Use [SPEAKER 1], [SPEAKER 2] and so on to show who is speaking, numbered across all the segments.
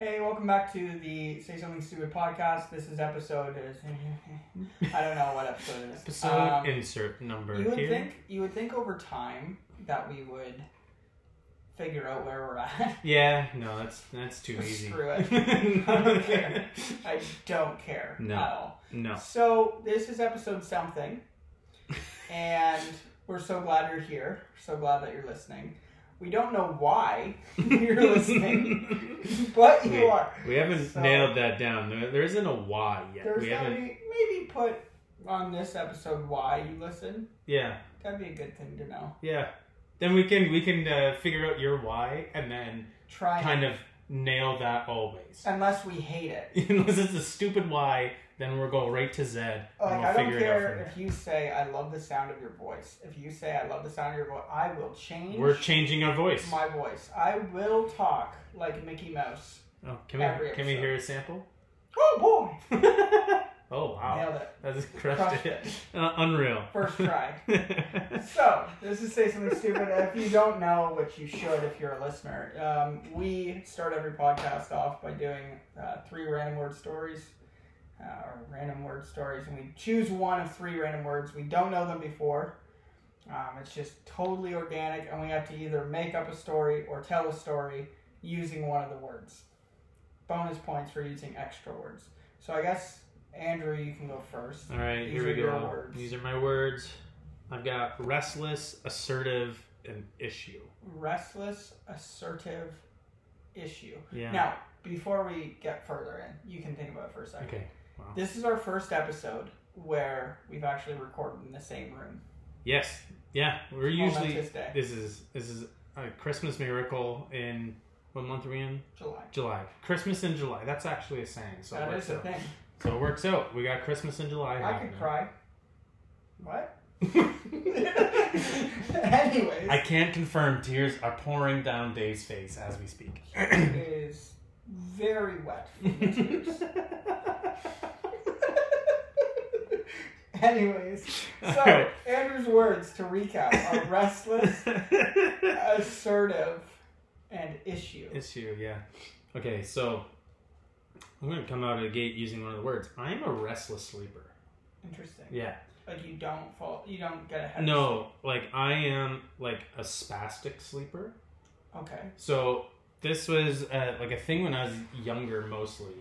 [SPEAKER 1] welcome back to the Say Something Stupid podcast. This is episode. Is, I don't know what episode it is.
[SPEAKER 2] Episode
[SPEAKER 1] Um,
[SPEAKER 2] insert number
[SPEAKER 1] you would
[SPEAKER 2] here.
[SPEAKER 1] think you would think over time that we would figure out where we're at.
[SPEAKER 2] Yeah, no, that's that's too easy.
[SPEAKER 1] Screw it. I don't care. I don't care
[SPEAKER 2] No.
[SPEAKER 1] at all.
[SPEAKER 2] no.
[SPEAKER 1] So this is episode something, and we're so glad you're here. So glad that you're listening. We don't know why you're listening, but you
[SPEAKER 2] Wait.
[SPEAKER 1] are.
[SPEAKER 2] We haven't
[SPEAKER 1] So-
[SPEAKER 2] nailed that down. There, there isn't a why yet.
[SPEAKER 1] There's
[SPEAKER 2] we
[SPEAKER 1] gotta
[SPEAKER 2] haven't.
[SPEAKER 1] be- maybe put on this episode why you listen.
[SPEAKER 2] Yeah,
[SPEAKER 1] That'd be a good thing to know.
[SPEAKER 2] yeah. Then we can we can uh, figure out your why and then
[SPEAKER 1] Try
[SPEAKER 2] kind of nail that always.
[SPEAKER 1] unless we hate it.
[SPEAKER 2] Unless it's a stupid why, then we'll go right to Zed
[SPEAKER 1] Like
[SPEAKER 2] and we'll
[SPEAKER 1] I don't
[SPEAKER 2] figure it out from
[SPEAKER 1] care
[SPEAKER 2] there.
[SPEAKER 1] if you say I love the sound of your voice. If you say I love the sound of your voice, I will change
[SPEAKER 2] We're changing our voice.
[SPEAKER 1] my voice. I will talk like Mickey Mouse.
[SPEAKER 2] oh, can we
[SPEAKER 1] every
[SPEAKER 2] can we
[SPEAKER 1] episode.
[SPEAKER 2] hear a sample?
[SPEAKER 1] Oh boy!
[SPEAKER 2] Oh wow,
[SPEAKER 1] Nailed it.
[SPEAKER 2] that's crushed,
[SPEAKER 1] Crushed
[SPEAKER 2] it.
[SPEAKER 1] it.
[SPEAKER 2] Uh, unreal.
[SPEAKER 1] First try. So, this is Say Something Stupid. If you don't know, which you should if you're a listener, um, we start every podcast off by doing uh, three random word stories, uh, or random word stories, and we choose one of three random words. We don't know them before. Um, it's just totally organic, and we have to either make up a story or tell a story using one of the words. Bonus points for using extra words. So, I guess, Andrew, you can go first.
[SPEAKER 2] All right,
[SPEAKER 1] These
[SPEAKER 2] here we
[SPEAKER 1] are your
[SPEAKER 2] go.
[SPEAKER 1] words.
[SPEAKER 2] These are my words. I've got restless, assertive, and issue.
[SPEAKER 1] restless, assertive issue.
[SPEAKER 2] Yeah.
[SPEAKER 1] Now, before we get further in, you can think about it for a second.
[SPEAKER 2] Okay.
[SPEAKER 1] This is our first episode where we've actually recorded in the same room.
[SPEAKER 2] Yes. Yeah. We're
[SPEAKER 1] on
[SPEAKER 2] usually.
[SPEAKER 1] this day,
[SPEAKER 2] This is this is a Christmas miracle in what month are we in?
[SPEAKER 1] July.
[SPEAKER 2] July. Christmas in July. That's actually a saying. So it
[SPEAKER 1] that
[SPEAKER 2] works
[SPEAKER 1] is a
[SPEAKER 2] out.
[SPEAKER 1] thing.
[SPEAKER 2] So it works out. We got Christmas in July.
[SPEAKER 1] I could cry. What?
[SPEAKER 2] cry.
[SPEAKER 1] Anyways,
[SPEAKER 2] I can't confirm. Tears are pouring down Dave's face as we speak.
[SPEAKER 1] it is very wet. from the tears. Anyways, so
[SPEAKER 2] Alright.
[SPEAKER 1] Andrew's words to recap are restless, assertive and issue.
[SPEAKER 2] Issue, yeah. Okay, so I'm gonna come out of the gate using one of the words. I am a restless sleeper.
[SPEAKER 1] Interesting.
[SPEAKER 2] Yeah.
[SPEAKER 1] Like you don't fall, you don't get ahead.
[SPEAKER 2] No, like I am like a spastic sleeper.
[SPEAKER 1] Okay.
[SPEAKER 2] So this was uh, like a thing when I was younger, mostly.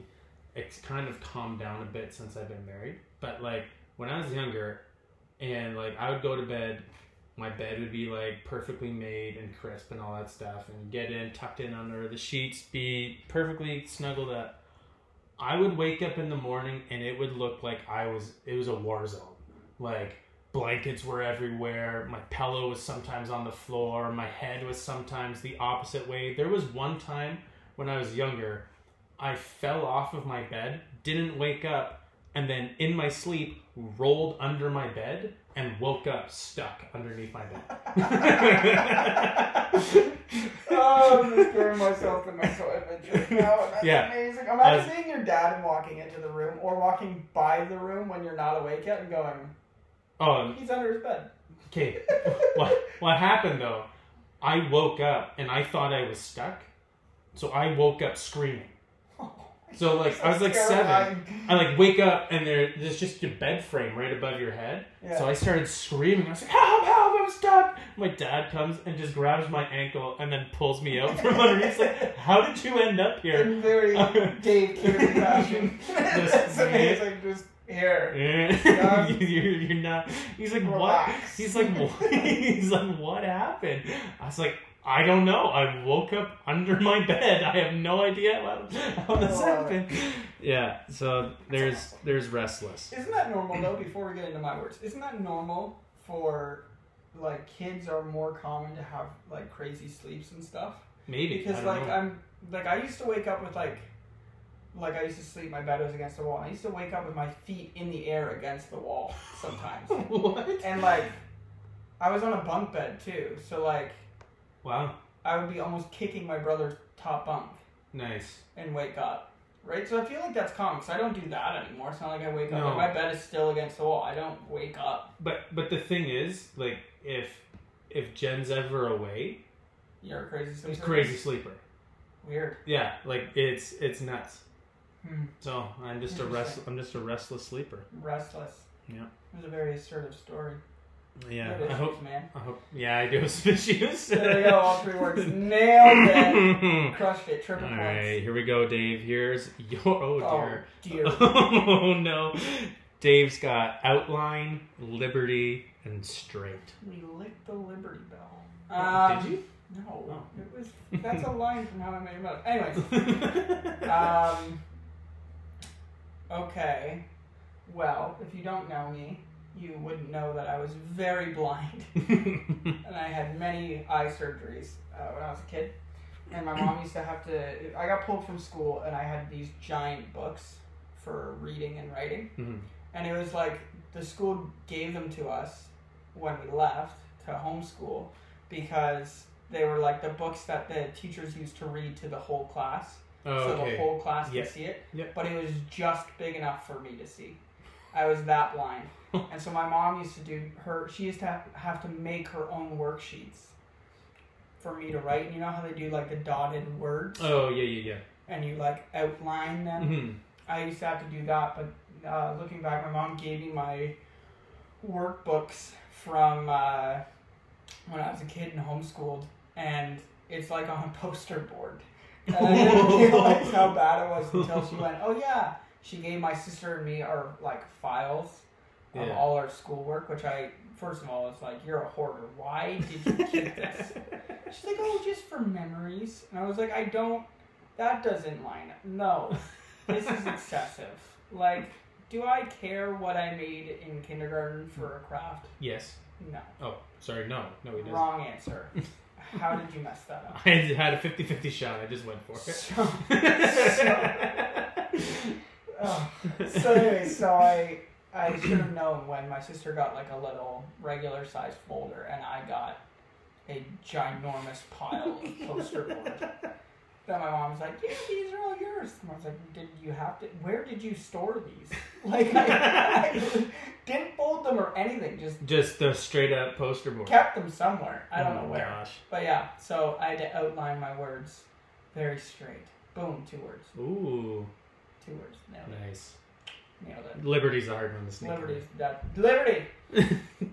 [SPEAKER 2] It's kind of calmed down a bit since I've been married. But like when I was younger, and like I would go to bed, my bed would be like perfectly made and crisp and all that stuff, and get in tucked in under the sheets, be perfectly snuggled up. I would wake up in the morning and it would look like I was it was a war zone. Like blankets were everywhere. My pillow was sometimes on the floor. My head was sometimes the opposite way. There was one time when I was younger, I fell off of my bed, didn't wake up, and then in my sleep rolled under my bed and woke up stuck underneath my bed.
[SPEAKER 1] Oh, I'm just scaring myself in my soul image right now. and That's
[SPEAKER 2] Yeah.
[SPEAKER 1] amazing. I'm
[SPEAKER 2] I
[SPEAKER 1] not seeing your dad and walking into the room or walking by the room when you're not awake yet and going,
[SPEAKER 2] oh,
[SPEAKER 1] he's under his bed.
[SPEAKER 2] okay. What what happened though? I woke up and I thought I was stuck, so I woke up screaming.
[SPEAKER 1] Oh
[SPEAKER 2] So like I was like seven. I like wake up and there there's just your bed frame right above your head.
[SPEAKER 1] Yeah.
[SPEAKER 2] So I started screaming. I was like, help, help, I'm stuck. My dad comes and just grabs my ankle and then pulls me out from underneath. He's like, how did you end up here?
[SPEAKER 1] In very Dave Keaton fashion.
[SPEAKER 2] Just-
[SPEAKER 1] That's amazing. Just here.
[SPEAKER 2] Eh, you're, you're not. He's like, what?
[SPEAKER 1] Relax.
[SPEAKER 2] He's like, what? he's like, what happened? I was like, I don't know. I woke up under my bed. I have no idea how, how this
[SPEAKER 1] Oh.
[SPEAKER 2] happened. Yeah. So there's there's restless.
[SPEAKER 1] Isn't that normal though? Before we get into my words, isn't that normal for like kids are more common to have like crazy sleeps and stuff?
[SPEAKER 2] Maybe I
[SPEAKER 1] Because
[SPEAKER 2] don't
[SPEAKER 1] like
[SPEAKER 2] know.
[SPEAKER 1] I'm like I used to wake up with like like I used to sleep my bed was against the wall. and I used to wake up with my feet in the air against the wall sometimes,
[SPEAKER 2] what?
[SPEAKER 1] and like I was on a bunk bed too, so like
[SPEAKER 2] Wow.
[SPEAKER 1] I would be almost kicking my brother's top bunk
[SPEAKER 2] Nice.
[SPEAKER 1] and wake up. Right, so I feel like that's common. 'cause I don't do that anymore. It's not like I wake up.
[SPEAKER 2] No.
[SPEAKER 1] Like my bed is still against the wall. I don't wake up.
[SPEAKER 2] But but the thing is, like, if if Jen's ever away,
[SPEAKER 1] You're a crazy sleeper.
[SPEAKER 2] she's a crazy sleeper.
[SPEAKER 1] Weird.
[SPEAKER 2] Yeah, like it's it's nuts.
[SPEAKER 1] Hmm.
[SPEAKER 2] So I'm just a rest.
[SPEAKER 1] Interesting.
[SPEAKER 2] I'm just a restless sleeper.
[SPEAKER 1] Restless.
[SPEAKER 2] Yeah.
[SPEAKER 1] It was a very assertive story.
[SPEAKER 2] Yeah,
[SPEAKER 1] Good
[SPEAKER 2] I hope.
[SPEAKER 1] issues, man.
[SPEAKER 2] I hope. Yeah, I do have some issues.
[SPEAKER 1] There we go. All three words. Nailed it. Crushed it.
[SPEAKER 2] All
[SPEAKER 1] Triple points.
[SPEAKER 2] right, here we go, Dave. Here's your oh dear.
[SPEAKER 1] Oh dear.
[SPEAKER 2] Oh no. Dave's got outline, liberty, and straight.
[SPEAKER 1] We licked the Liberty Bell. Um,
[SPEAKER 2] Did you?
[SPEAKER 1] No.
[SPEAKER 2] Oh.
[SPEAKER 1] It was. That's a line from How I Met Your Mother. Anyways.
[SPEAKER 2] uh,
[SPEAKER 1] Um. Okay. Well, if you don't know me, you wouldn't know that I was very blind and I had many eye surgeries uh, when I was a kid. And my mom used to have to. I got pulled from school and I had these giant books for reading and writing. And it was like the school gave them to us when we left to homeschool because they were like the books that the teachers used to read to the whole class. so the
[SPEAKER 2] Oh, okay.
[SPEAKER 1] whole class
[SPEAKER 2] Yeah.
[SPEAKER 1] could see it.
[SPEAKER 2] Yeah.
[SPEAKER 1] But it was just big enough for me to see. I was that blind. and so my mom used to do her, she used to have, have to make her own worksheets for me to write. And you know how they do like the dotted words?
[SPEAKER 2] Oh yeah, yeah,
[SPEAKER 1] and you like outline
[SPEAKER 2] yeah.
[SPEAKER 1] them?
[SPEAKER 2] hmm
[SPEAKER 1] I used to have to do that, but uh, looking back, my mom gave me my workbooks from uh, when I was a kid and homeschooled, and it's like on a poster board. And I didn't realize how bad it was until she went, "Oh yeah." She gave my sister and me our like files of
[SPEAKER 2] Yeah.
[SPEAKER 1] all our schoolwork, which I first of all it's like, "You're a hoarder. Why did you keep this?" She's like, "Oh, just for memories," and I was like, "I don't. That doesn't line up. No, this is excessive. Like, do I care what I made in kindergarten for a craft?
[SPEAKER 2] yes.
[SPEAKER 1] No.
[SPEAKER 2] Oh, sorry. No, no, he doesn't.
[SPEAKER 1] Wrong answer. How did you mess that up?
[SPEAKER 2] I had a 50-50 shot. I just went for it.
[SPEAKER 1] So, ugh. so anyway, so I I should have known when my sister got like a little regular sized folder and I got a ginormous pile of poster board. Then my mom was like, "Yeah, these are all yours." And I was like, "Did you have to? Where did you store these? Like, I, I didn't fold them or anything. Just
[SPEAKER 2] Just the straight up poster board.
[SPEAKER 1] kept them somewhere. I don't
[SPEAKER 2] oh,
[SPEAKER 1] know where.
[SPEAKER 2] Gosh.
[SPEAKER 1] But yeah, so I had to outline my words very straight. Boom, two words,
[SPEAKER 2] Ooh,
[SPEAKER 1] two words. Nailed
[SPEAKER 2] nice.
[SPEAKER 1] it. Nailed it.
[SPEAKER 2] Liberty's a hard one to sneak. in.
[SPEAKER 1] Liberty, that liberty.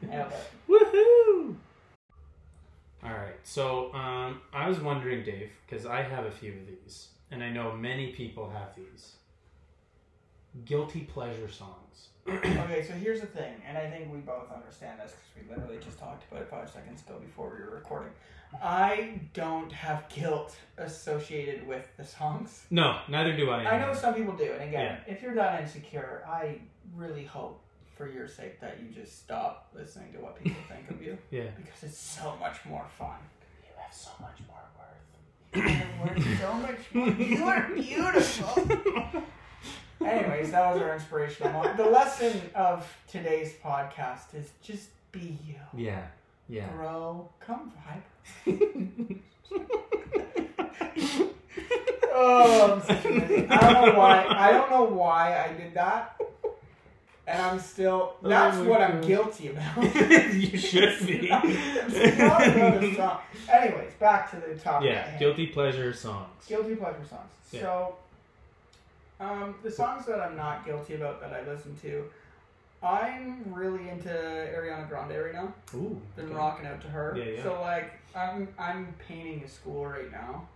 [SPEAKER 1] Nailed it.
[SPEAKER 2] Woohoo! All right, so um, I was wondering, Dave, because I have a few of these, and I know many people have these. Guilty pleasure songs.
[SPEAKER 1] Okay, so here's the thing, and I think we both understand this because we literally just talked about it five seconds ago before we were recording. I don't have guilt associated with the songs.
[SPEAKER 2] No, neither do I.
[SPEAKER 1] I know some people do, and again, if you're not insecure, I really hope for your sake that you just stop listening to what people think of you
[SPEAKER 2] Yeah.
[SPEAKER 1] because it's so much more fun.
[SPEAKER 2] You have so much more
[SPEAKER 1] We're so much more. You are beautiful.
[SPEAKER 2] worth.
[SPEAKER 1] Anyways, that was our inspirational moment. The lesson of today's podcast is just be you.
[SPEAKER 2] yeah, yeah.
[SPEAKER 1] Bro, come vibe. Oh, I'm such a
[SPEAKER 2] oh,
[SPEAKER 1] mess. I don't know why. I don't know why I did that. And I'm still.
[SPEAKER 2] Oh
[SPEAKER 1] That's
[SPEAKER 2] my
[SPEAKER 1] what I'm
[SPEAKER 2] God.
[SPEAKER 1] guilty about.
[SPEAKER 2] you should be.
[SPEAKER 1] It's not another song. Anyways, back to the topic. at
[SPEAKER 2] yeah,
[SPEAKER 1] hand.
[SPEAKER 2] guilty pleasure songs.
[SPEAKER 1] Guilty pleasure songs.
[SPEAKER 2] Yeah.
[SPEAKER 1] So, um, the songs that I'm not guilty about that I listen to, I'm really into Ariana Grande right now.
[SPEAKER 2] Ooh.
[SPEAKER 1] Been
[SPEAKER 2] okay.
[SPEAKER 1] rocking out to her.
[SPEAKER 2] Yeah, yeah.
[SPEAKER 1] So like, I'm I'm painting a school right now,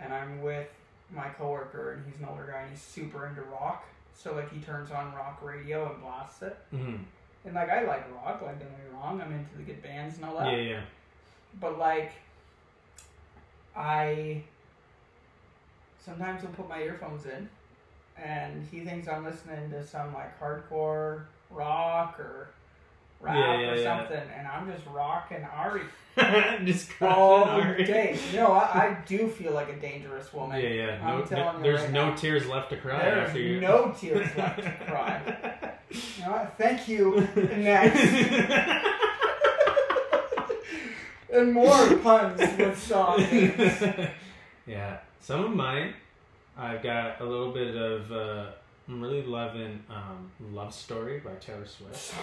[SPEAKER 1] and I'm with my coworker, and he's an older guy, and he's super into rock. So like, he turns on rock radio and blasts it.
[SPEAKER 2] Mhm.
[SPEAKER 1] And like, I like rock. Like, don't get me wrong. I'm into the good bands and all that
[SPEAKER 2] Yeah, yeah.
[SPEAKER 1] but like I sometimes will put my earphones in and he thinks I'm listening to some like hardcore rock or rap
[SPEAKER 2] Yeah, yeah,
[SPEAKER 1] or
[SPEAKER 2] yeah.
[SPEAKER 1] something and I'm just rocking Ari
[SPEAKER 2] just
[SPEAKER 1] all
[SPEAKER 2] crashing our-
[SPEAKER 1] day. You know, I, I do feel like a dangerous woman.
[SPEAKER 2] Yeah, yeah.
[SPEAKER 1] I'm
[SPEAKER 2] No,
[SPEAKER 1] telling
[SPEAKER 2] no-
[SPEAKER 1] you
[SPEAKER 2] there's
[SPEAKER 1] right
[SPEAKER 2] no
[SPEAKER 1] now.
[SPEAKER 2] tears left to cry
[SPEAKER 1] There's
[SPEAKER 2] after you.
[SPEAKER 1] no tears left to cry. You know what? Thank you. Next. and more puns with song names.
[SPEAKER 2] yeah, some of mine. I've got a little bit of. Uh, I'm really loving um, "Love Story" by Taylor Swift.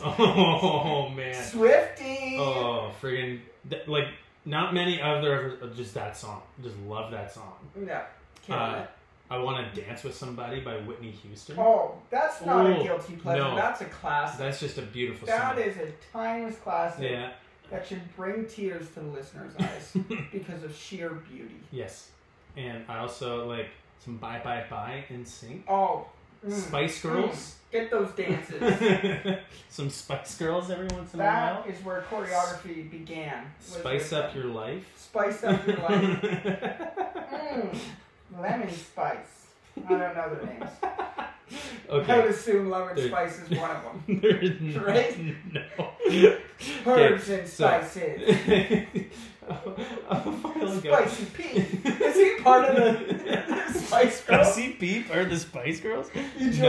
[SPEAKER 2] Oh man.
[SPEAKER 1] Swifty.
[SPEAKER 2] Oh friggin' th- like Not many other, just that song. Just love that song.
[SPEAKER 1] No. Can't
[SPEAKER 2] Uh,
[SPEAKER 1] do it.
[SPEAKER 2] I want to dance with somebody by Whitney Houston.
[SPEAKER 1] oh, that's not
[SPEAKER 2] ooh,
[SPEAKER 1] a guilty pleasure.
[SPEAKER 2] no.
[SPEAKER 1] That's a classic.
[SPEAKER 2] That's just a beautiful
[SPEAKER 1] That
[SPEAKER 2] song.
[SPEAKER 1] is a timeless classic
[SPEAKER 2] yeah.
[SPEAKER 1] that should bring tears to the listener's eyes because of sheer beauty.
[SPEAKER 2] Yes. And I also like some Bye Bye Bye in Sync.
[SPEAKER 1] Oh, mm,
[SPEAKER 2] Spice Girls.
[SPEAKER 1] get those dances.
[SPEAKER 2] some Spice Girls every once in a while.
[SPEAKER 1] that is where choreography began. was
[SPEAKER 2] Spice
[SPEAKER 1] with
[SPEAKER 2] up
[SPEAKER 1] them.
[SPEAKER 2] your life.
[SPEAKER 1] Spice up your life. Mm, lemon spice. I don't know their names. I would
[SPEAKER 2] okay.
[SPEAKER 1] assume lemon
[SPEAKER 2] Dude.
[SPEAKER 1] spice is one of them.
[SPEAKER 2] There is n-
[SPEAKER 1] Right?
[SPEAKER 2] No.
[SPEAKER 1] Herbs and
[SPEAKER 2] so-
[SPEAKER 1] spices.
[SPEAKER 2] a while ago.
[SPEAKER 1] Spicy pea. Is he part of the Spice Girls?
[SPEAKER 2] Spicy Beef or the Spice Girls?
[SPEAKER 1] You joined.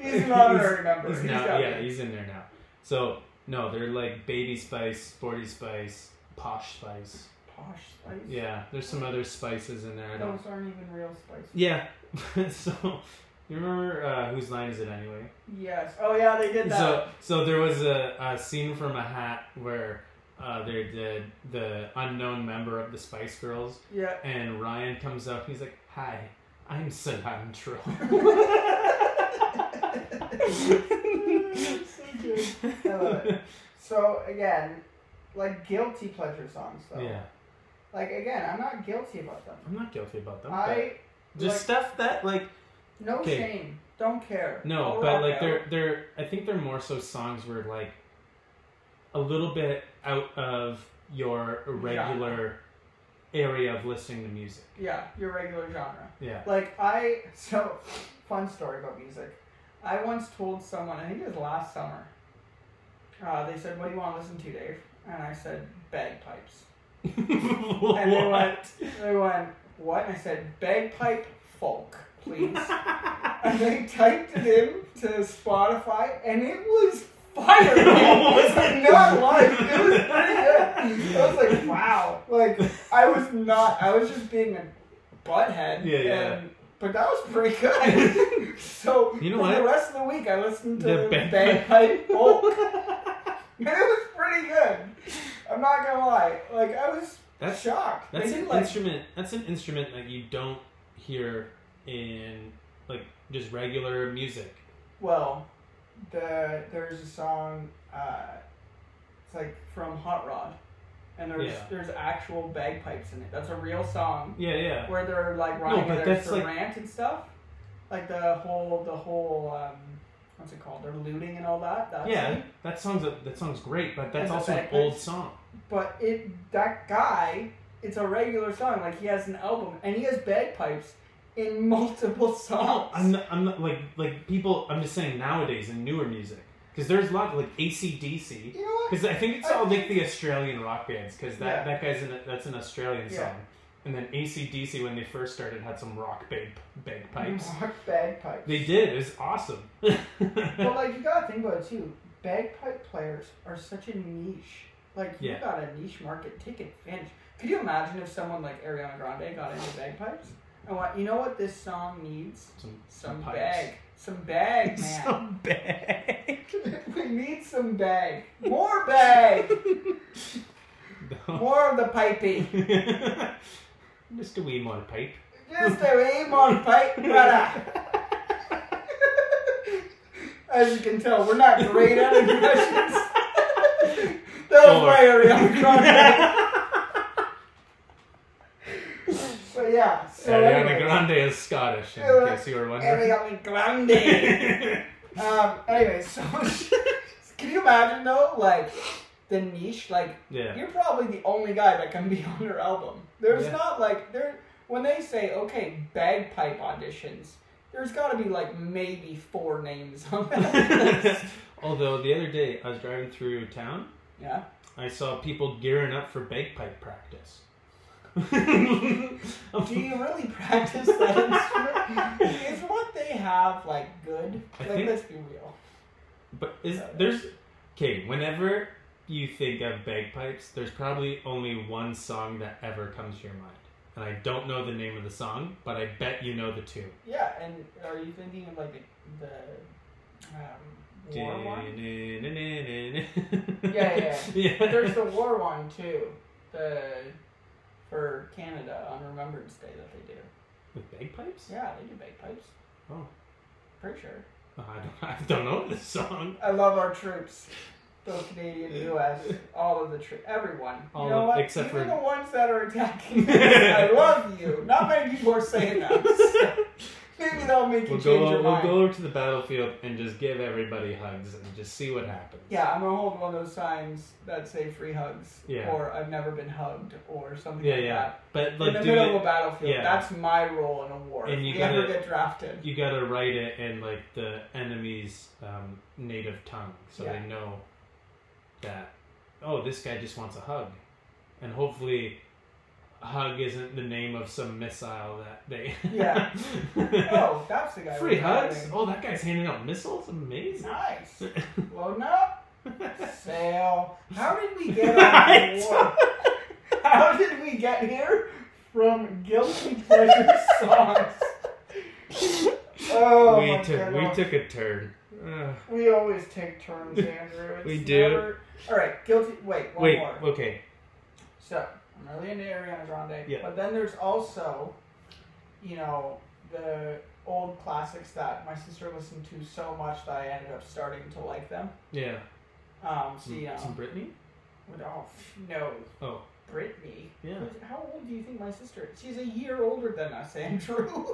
[SPEAKER 2] No.
[SPEAKER 1] He's an honorary member.
[SPEAKER 2] He's
[SPEAKER 1] He's
[SPEAKER 2] now-
[SPEAKER 1] got
[SPEAKER 2] yeah,
[SPEAKER 1] it.
[SPEAKER 2] he's in there now. So no, they're like Baby Spice, Sporty Spice, Posh Spice.
[SPEAKER 1] Posh spice.
[SPEAKER 2] Yeah, there's some other spices in there. I don't.
[SPEAKER 1] Those aren't even real spices.
[SPEAKER 2] Yeah. so you remember uh, whose line is it anyway?
[SPEAKER 1] Yes. Oh yeah, they did that.
[SPEAKER 2] So so there was a, a scene from a hat where. Uh, they did the unknown member of the Spice Girls,
[SPEAKER 1] yeah.
[SPEAKER 2] and Ryan comes up. He's like, "Hi, I'm cilantro."
[SPEAKER 1] So good. I love it. So again, like guilty pleasure songs though.
[SPEAKER 2] Yeah,
[SPEAKER 1] Like again, I'm not guilty about them.
[SPEAKER 2] I'm not guilty about that.
[SPEAKER 1] I
[SPEAKER 2] just
[SPEAKER 1] like-
[SPEAKER 2] stuff that like
[SPEAKER 1] no
[SPEAKER 2] Okay.
[SPEAKER 1] shame. Don't care.
[SPEAKER 2] no,
[SPEAKER 1] I'll
[SPEAKER 2] but
[SPEAKER 1] rock
[SPEAKER 2] like
[SPEAKER 1] out.
[SPEAKER 2] they're they're I think they're more so songs where like a little bit out of your regular area of listening to music.
[SPEAKER 1] yeah, your regular genre.
[SPEAKER 2] Yeah.
[SPEAKER 1] Like I so fun story about music. I once told someone, I think it was last summer. Uh, they said, "What do you want to listen to, Dave?" And I said, "Bagpipes." And they went, they went, what? And I said, bagpipe folk, please. and they typed it in to Spotify, and it was fire. man.
[SPEAKER 2] Was
[SPEAKER 1] It's like,
[SPEAKER 2] it?
[SPEAKER 1] not like it was pretty good. I was like, wow. Like I was not. I was just being a butthead.
[SPEAKER 2] Yeah, yeah.
[SPEAKER 1] And, but that was pretty good. so
[SPEAKER 2] You know
[SPEAKER 1] for
[SPEAKER 2] what?
[SPEAKER 1] the rest of the week, I listened to
[SPEAKER 2] The bag-
[SPEAKER 1] bagpipe folk. And it was pretty good. I'm not gonna lie. Like I was
[SPEAKER 2] That's-
[SPEAKER 1] shocked.
[SPEAKER 2] That's
[SPEAKER 1] they
[SPEAKER 2] an
[SPEAKER 1] did like
[SPEAKER 2] instrument. That's an instrument that you don't hear in like just regular music.
[SPEAKER 1] well, the there's a song. Uh, it's like from Hot Rod, and there's
[SPEAKER 2] Yeah.
[SPEAKER 1] there's actual bagpipes in it. That's a real song
[SPEAKER 2] Yeah, yeah.
[SPEAKER 1] where they're like riding
[SPEAKER 2] but
[SPEAKER 1] their
[SPEAKER 2] that's like-
[SPEAKER 1] rant and stuff. Like the whole the whole um, what's it called? They're looting and all that. That's
[SPEAKER 2] Yeah,
[SPEAKER 1] it.
[SPEAKER 2] that sounds that sounds great, but that's
[SPEAKER 1] And the
[SPEAKER 2] also an
[SPEAKER 1] bagpipes.
[SPEAKER 2] old song.
[SPEAKER 1] But it that guy, it's a regular song. Like he has an album and he has bagpipes in multiple songs.
[SPEAKER 2] I'm not, I'm not like like people. I'm just saying nowadays in newer music because there's a lot of, like ACDC
[SPEAKER 1] you know what?
[SPEAKER 2] because I think it's
[SPEAKER 1] I
[SPEAKER 2] all like
[SPEAKER 1] think-
[SPEAKER 2] the Australian rock bands because
[SPEAKER 1] Yeah.
[SPEAKER 2] that that guy's an, that's an Australian
[SPEAKER 1] Yeah.
[SPEAKER 2] song, and then ACDC when they first started had some rock bag
[SPEAKER 1] Mm-hmm.
[SPEAKER 2] bagpipes.
[SPEAKER 1] Rock bagpipes.
[SPEAKER 2] They did. It was awesome.
[SPEAKER 1] but like you gotta think about it too. Bagpipe players are such a niche. Like you
[SPEAKER 2] Yeah.
[SPEAKER 1] got a niche market. Take advantage. Could you imagine if someone like Ariana Grande got into bagpipes and what? You know what this song needs?
[SPEAKER 2] some
[SPEAKER 1] Some
[SPEAKER 2] pipes.
[SPEAKER 1] bag. Some bag, man.
[SPEAKER 2] Some bag.
[SPEAKER 1] we need some bag. More bag.
[SPEAKER 2] No.
[SPEAKER 1] More of the pipey.
[SPEAKER 2] Just a wee more pipe.
[SPEAKER 1] Just a wee more pipe, brother. As you can tell, we're not great at impressions. that was
[SPEAKER 2] Oh.
[SPEAKER 1] my Ariana Grande. But yeah, so
[SPEAKER 2] Ariana
[SPEAKER 1] anyway,
[SPEAKER 2] Grande is Scottish, in
[SPEAKER 1] Uh,
[SPEAKER 2] case you were wondering.
[SPEAKER 1] Ariana Grande. um, anyway, so can you imagine though, like the niche? Like
[SPEAKER 2] yeah.
[SPEAKER 1] you're probably the only guy that can be on her album. There's
[SPEAKER 2] Yeah.
[SPEAKER 1] not like there when they say okay bagpipe auditions. There's got to be like maybe four names on that list.
[SPEAKER 2] Although the other day I was driving through town,
[SPEAKER 1] yeah,
[SPEAKER 2] I saw people gearing up for bagpipe practice. I'm-
[SPEAKER 1] do you really practice that instrument? Is what they have like good?
[SPEAKER 2] I
[SPEAKER 1] Like,
[SPEAKER 2] think-
[SPEAKER 1] let's be real.
[SPEAKER 2] but is there's okay? Whenever you think of bagpipes, there's probably only one song that ever comes to your mind, and I don't know the name of the song, but I bet you know the tune.
[SPEAKER 1] Yeah, and are you thinking of like the, the um, war one?
[SPEAKER 2] yeah,
[SPEAKER 1] yeah, yeah.
[SPEAKER 2] yeah.
[SPEAKER 1] There's the war one too. the for Canada on Remembrance Day that they do.
[SPEAKER 2] With bagpipes?
[SPEAKER 1] Yeah, they do bagpipes.
[SPEAKER 2] Oh.
[SPEAKER 1] Pretty sure.
[SPEAKER 2] Uh, I don't, I don't know this song.
[SPEAKER 1] I love our troops. Both Canadian, U.S., all of the troops, everyone. You
[SPEAKER 2] All
[SPEAKER 1] know
[SPEAKER 2] of-
[SPEAKER 1] what?
[SPEAKER 2] except
[SPEAKER 1] Even
[SPEAKER 2] for-
[SPEAKER 1] the ones that are attacking us. I love you. Not many people are saying that. so Maybe that'll make you
[SPEAKER 2] We'll
[SPEAKER 1] change
[SPEAKER 2] go,
[SPEAKER 1] your
[SPEAKER 2] we'll
[SPEAKER 1] mind.
[SPEAKER 2] go to the battlefield and just give everybody hugs and just see what happens.
[SPEAKER 1] Yeah, I'm gonna hold one of those signs that say "free hugs"
[SPEAKER 2] Yeah.
[SPEAKER 1] or "I've never been hugged" or something
[SPEAKER 2] Yeah,
[SPEAKER 1] like
[SPEAKER 2] yeah.
[SPEAKER 1] that.
[SPEAKER 2] But like,
[SPEAKER 1] in the
[SPEAKER 2] do
[SPEAKER 1] middle
[SPEAKER 2] it-
[SPEAKER 1] of a battlefield,
[SPEAKER 2] yeah.
[SPEAKER 1] that's my role in a war.
[SPEAKER 2] And you
[SPEAKER 1] if we ever
[SPEAKER 2] gotta-
[SPEAKER 1] get drafted,
[SPEAKER 2] you gotta write it in like the enemy's um, native tongue, so
[SPEAKER 1] Yeah.
[SPEAKER 2] they know that. Oh, this guy just wants a hug, and hopefully, hug isn't the name of some missile that they.
[SPEAKER 1] Yeah. oh, that's the guy.
[SPEAKER 2] Free
[SPEAKER 1] we're
[SPEAKER 2] hugs!
[SPEAKER 1] having.
[SPEAKER 2] Oh, that guy's handing out missiles. Amazing.
[SPEAKER 1] Nice. Loading up. Sail. How did we get on
[SPEAKER 2] Right.
[SPEAKER 1] the war? How did we get here from guilty pleasure songs? Oh
[SPEAKER 2] we
[SPEAKER 1] my
[SPEAKER 2] took we
[SPEAKER 1] goodness.
[SPEAKER 2] took a turn. Ugh.
[SPEAKER 1] We always take turns, Andrew. It's
[SPEAKER 2] We do.
[SPEAKER 1] never- All right, guilty. Wait, one
[SPEAKER 2] Wait.
[SPEAKER 1] more.
[SPEAKER 2] Okay.
[SPEAKER 1] So I'm really into Ariana Grande,
[SPEAKER 2] Yeah.
[SPEAKER 1] but then there's also, you know, the old classics that my sister listened to so much that I ended up starting to like them.
[SPEAKER 2] Yeah.
[SPEAKER 1] Um, so
[SPEAKER 2] Some,
[SPEAKER 1] you know,
[SPEAKER 2] some Britney.
[SPEAKER 1] with- oh, no,
[SPEAKER 2] Oh.
[SPEAKER 1] Britney.
[SPEAKER 2] Yeah.
[SPEAKER 1] Who's- How old do you think my sister? is? She's a year older than us, Andrew.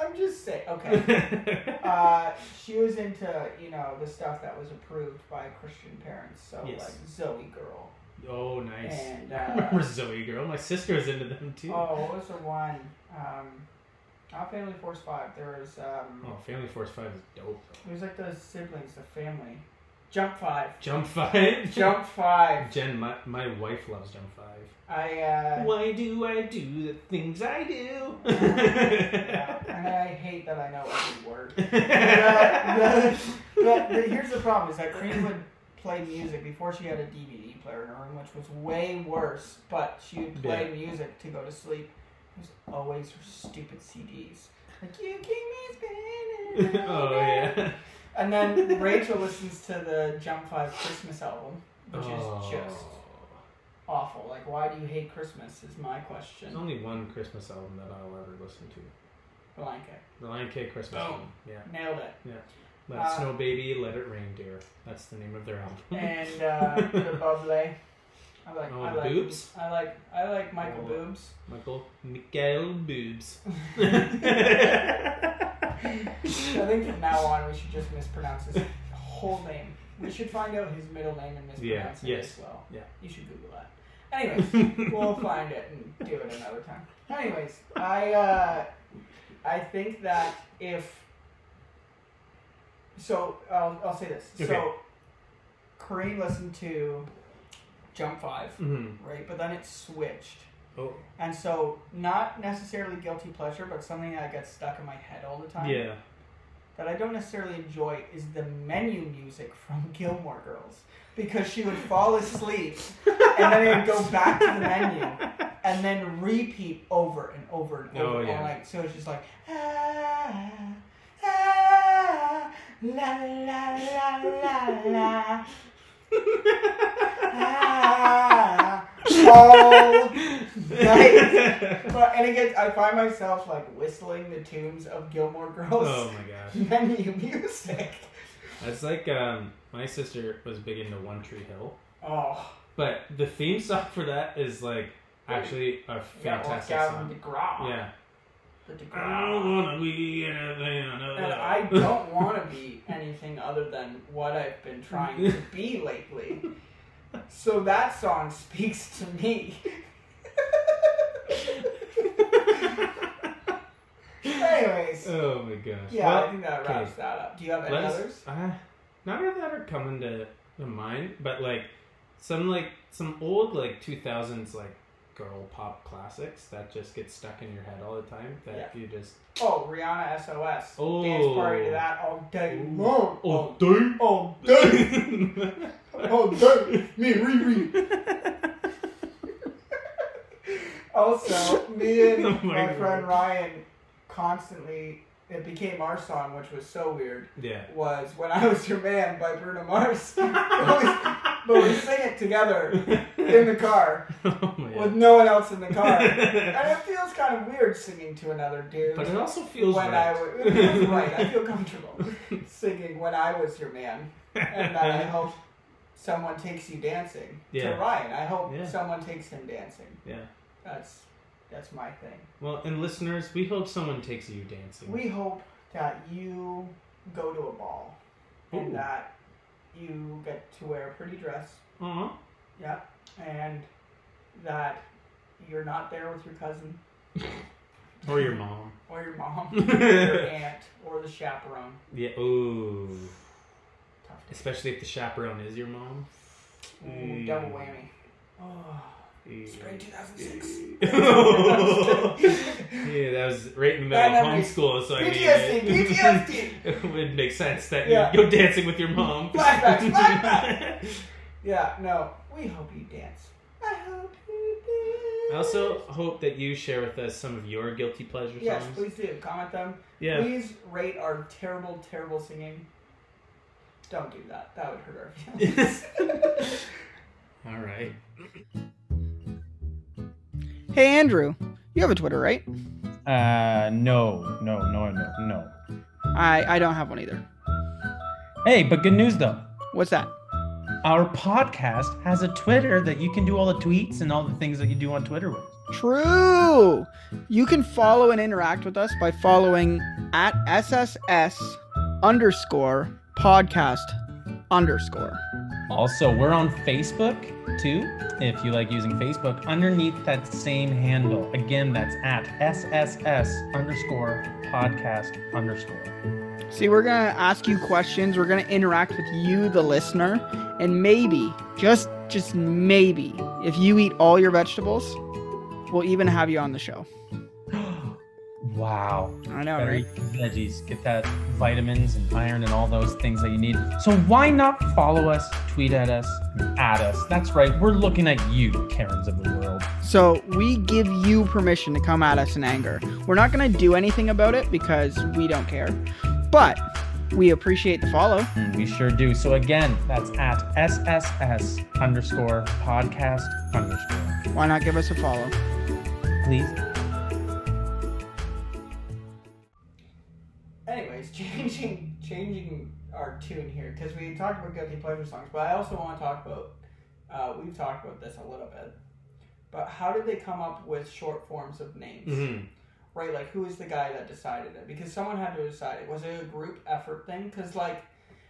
[SPEAKER 1] I'm just saying. Okay. uh, she was into you know the stuff that was approved by Christian parents, so
[SPEAKER 2] Yes.
[SPEAKER 1] like Zoe Girl.
[SPEAKER 2] oh, nice.
[SPEAKER 1] And,
[SPEAKER 2] I
[SPEAKER 1] uh,
[SPEAKER 2] remember Zoe Girl. My sister was into them too.
[SPEAKER 1] Oh, what was the one? Um, not Family Force Five. There was um,
[SPEAKER 2] Oh, Family Force Five is dope. though.
[SPEAKER 1] it was like the siblings, the family. Jump Five.
[SPEAKER 2] Jump Five.
[SPEAKER 1] Jump Five.
[SPEAKER 2] Jen, my, my wife loves Jump Five.
[SPEAKER 1] I uh,
[SPEAKER 2] Why do I do the things I do?
[SPEAKER 1] yeah, and I hate that I know every word. Yeah, But, but here's the problem: is that Cream would play music before she had a DVD player in her room, which was way worse. But she would play music to go to sleep. It was always her stupid CDs. Like you keep me spinning.
[SPEAKER 2] oh yeah.
[SPEAKER 1] And then Rachel listens to the Jump Five Christmas album, which
[SPEAKER 2] oh.
[SPEAKER 1] is just awful. Like, why do you hate Christmas? Is my
[SPEAKER 2] There's
[SPEAKER 1] question.
[SPEAKER 2] only one Christmas album that I'll ever listen to.
[SPEAKER 1] Blanket.
[SPEAKER 2] The Lion King Christmas
[SPEAKER 1] Boom.
[SPEAKER 2] album. Yeah.
[SPEAKER 1] Nailed it.
[SPEAKER 2] Let
[SPEAKER 1] Oh. Uh,
[SPEAKER 2] Snow Baby, Let It Rain, Dear. That's the name of their album.
[SPEAKER 1] and uh, the bubbly. I like,
[SPEAKER 2] Oh,
[SPEAKER 1] I like
[SPEAKER 2] boobs?
[SPEAKER 1] I like I like Michael
[SPEAKER 2] Oh.
[SPEAKER 1] Boobs.
[SPEAKER 2] Michael Miguel Boobs.
[SPEAKER 1] I think from now on we should just mispronounce his whole name. We should find out his middle name and mispronounce
[SPEAKER 2] Yeah,
[SPEAKER 1] it
[SPEAKER 2] yes.
[SPEAKER 1] as well.
[SPEAKER 2] Yeah.
[SPEAKER 1] You should Google that. Anyways, we'll find it and do it another time. Anyways, I uh, I think that if so, I'll, I'll say this.
[SPEAKER 2] Okay.
[SPEAKER 1] So, Kareem listened to Jump Five,
[SPEAKER 2] Mhm.
[SPEAKER 1] right? But then it switched,
[SPEAKER 2] Oh,
[SPEAKER 1] and so not necessarily guilty pleasure, but something that gets stuck in my head all the time.
[SPEAKER 2] yeah.
[SPEAKER 1] That I don't necessarily enjoy is the menu music from Gilmore Girls because she would fall asleep and then it would go back to the menu and then repeat over and over and over
[SPEAKER 2] Oh, yeah.
[SPEAKER 1] all night. So it's just like ah, ah, la la la la la ah, all Right. but, and again, I find myself like whistling the tunes of Gilmore Girls
[SPEAKER 2] Oh my gosh.
[SPEAKER 1] menu music.
[SPEAKER 2] That's like um, my sister was big into One Tree Hill,
[SPEAKER 1] Oh,
[SPEAKER 2] but the theme song for that is like actually a fantastic
[SPEAKER 1] yeah, well,
[SPEAKER 2] song.
[SPEAKER 1] Gavin DeGraw.
[SPEAKER 2] Yeah.
[SPEAKER 1] The DeGraw.
[SPEAKER 2] Oh, I don't wanna be anything other
[SPEAKER 1] And
[SPEAKER 2] than-
[SPEAKER 1] I don't want to be anything other than what I've been trying to be lately. So that song speaks to me. Anyways,
[SPEAKER 2] oh my gosh.
[SPEAKER 1] yeah,
[SPEAKER 2] Well,
[SPEAKER 1] I think that wraps that up. Do you have any
[SPEAKER 2] Let us-
[SPEAKER 1] others?
[SPEAKER 2] Uh, none of that are coming to, to mind, but like some like some old like two thousands like girl pop classics that just get stuck in your head all the time. That
[SPEAKER 1] Yeah.
[SPEAKER 2] if you just
[SPEAKER 1] Oh, Rihanna SOS.
[SPEAKER 2] Oh.
[SPEAKER 1] Dance party to that all day
[SPEAKER 2] Ooh.
[SPEAKER 1] long.
[SPEAKER 2] oh
[SPEAKER 1] All-
[SPEAKER 2] dude,
[SPEAKER 1] All day.
[SPEAKER 2] dude.
[SPEAKER 1] All day. Me and Riri. Also, me and
[SPEAKER 2] Oh
[SPEAKER 1] my,
[SPEAKER 2] my
[SPEAKER 1] friend
[SPEAKER 2] God.
[SPEAKER 1] Ryan constantly, it became our song, which was so weird,
[SPEAKER 2] yeah.
[SPEAKER 1] was When I Was Your Man by Bruno Mars. It was- but we sing it together in the car
[SPEAKER 2] oh my
[SPEAKER 1] with
[SPEAKER 2] god.
[SPEAKER 1] no one else in the car. And it feels kind of weird singing to another dude.
[SPEAKER 2] but it also feels
[SPEAKER 1] when
[SPEAKER 2] right.
[SPEAKER 1] I was it feels right, I feel comfortable singing "When I Was Your Man," and then I hope someone takes you dancing
[SPEAKER 2] Yeah.
[SPEAKER 1] to Ryan. I hope
[SPEAKER 2] Yeah.
[SPEAKER 1] someone takes him dancing.
[SPEAKER 2] Yeah.
[SPEAKER 1] that's that's my thing.
[SPEAKER 2] well, and listeners, we hope someone takes you dancing.
[SPEAKER 1] We hope that you go to a ball
[SPEAKER 2] Ooh.
[SPEAKER 1] and that you get to wear a pretty dress.
[SPEAKER 2] Aw.
[SPEAKER 1] Yeah, and that you're not there with your cousin
[SPEAKER 2] Or your mom.
[SPEAKER 1] or your mom, or your aunt, or the chaperone.
[SPEAKER 2] Yeah. Ooh.
[SPEAKER 1] Tough day.
[SPEAKER 2] Especially if the chaperone is your mom. Mm.
[SPEAKER 1] Ooh, double whammy. Oh, spring 2006. PTSD,
[SPEAKER 2] Yeah, that was right in the middle
[SPEAKER 1] That
[SPEAKER 2] of
[SPEAKER 1] memory-
[SPEAKER 2] homeschool, so I mean, it-
[SPEAKER 1] PTSD.
[SPEAKER 2] it would make sense that
[SPEAKER 1] Yeah.
[SPEAKER 2] you go dancing with your mom.
[SPEAKER 1] Flashbacks, flashbacks. Yeah, no. We hope you dance. I hope you
[SPEAKER 2] I
[SPEAKER 1] dance.
[SPEAKER 2] also hope that you share with us some of your guilty pleasure
[SPEAKER 1] yes,
[SPEAKER 2] songs.
[SPEAKER 1] please do comment them.
[SPEAKER 2] Yeah,
[SPEAKER 1] Please rate our terrible, terrible singing. Don't do that. That would hurt our
[SPEAKER 2] Yes.
[SPEAKER 1] feelings.
[SPEAKER 2] all right.
[SPEAKER 1] hey, Andrew. You have a Twitter, right?
[SPEAKER 3] Uh, no, no, no, no, no.
[SPEAKER 1] I I don't have one either.
[SPEAKER 3] Hey, but good news though.
[SPEAKER 1] What's that?
[SPEAKER 3] Our podcast has a Twitter that you can do all the tweets and all the things that you do on Twitter with.
[SPEAKER 1] True. You can follow and interact with us by following at SSS underscore podcast underscore.
[SPEAKER 3] Also, we're on Facebook too, if you like using Facebook, underneath that same handle. Again, that's at SSS underscore podcast underscore.
[SPEAKER 1] See, we're going to ask you questions. We're going to interact with you, the listener. And maybe, just, just maybe, if you eat all your vegetables, we'll even have you on the show.
[SPEAKER 3] wow.
[SPEAKER 1] I know,
[SPEAKER 3] Better
[SPEAKER 1] right?
[SPEAKER 3] eat veggies. Get that vitamins and iron and all those things that you need. So why not follow us, tweet at us, and at us? That's right. We're looking at you, Karens of the world.
[SPEAKER 1] So we give you permission to come at us in anger. We're not going to do anything about it because we don't care. But we appreciate the follow.
[SPEAKER 3] And Mm, we sure do. So again, that's at SSS underscore podcast underscore.
[SPEAKER 1] Why not give us a follow?
[SPEAKER 3] Please.
[SPEAKER 1] Anyways, changing changing our tune here because we talked about guilty pleasure songs, but I also want to talk about. Uh, we've talked about this a little bit, but how did they come up with short forms of names?
[SPEAKER 2] Mhm.
[SPEAKER 1] Right, like who is the guy that decided it? Because someone had to decide it. Was it a group effort thing? Because like,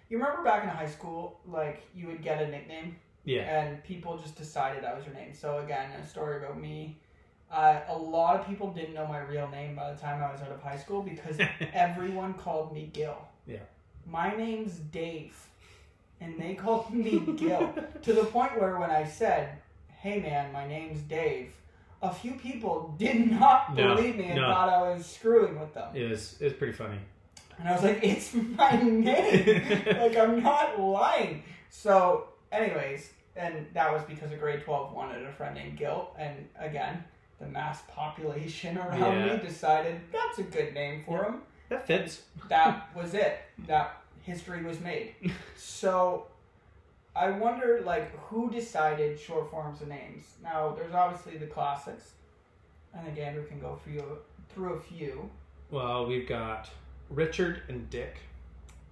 [SPEAKER 1] you remember back in high school, like you would get a nickname.
[SPEAKER 2] Yeah.
[SPEAKER 1] and people just decided that was your name. So again, a story about me. Uh, a lot of people didn't know my real name by the time I was out of high school because everyone called me Gil.
[SPEAKER 2] Yeah.
[SPEAKER 1] My name's Dave, and they called me Gil to the point where when I said, "Hey man, my name's Dave," a few people did not
[SPEAKER 2] No,
[SPEAKER 1] believe me and
[SPEAKER 2] no.
[SPEAKER 1] thought I was screwing with them.
[SPEAKER 2] It was it was pretty funny.
[SPEAKER 1] And I was like, it's my name. like, I'm not lying. So, anyways, and that was because a grade 12 wanted a friend named Gil. And again, the mass population around
[SPEAKER 2] Yeah.
[SPEAKER 1] me decided that's a good name for him.
[SPEAKER 2] That fits.
[SPEAKER 1] That was it. That history was made. So, I wonder, like, who decided short forms of names? Now, there's obviously the classics. I think Andrew can go through, through a few.
[SPEAKER 2] Well, we've got Richard and Dick.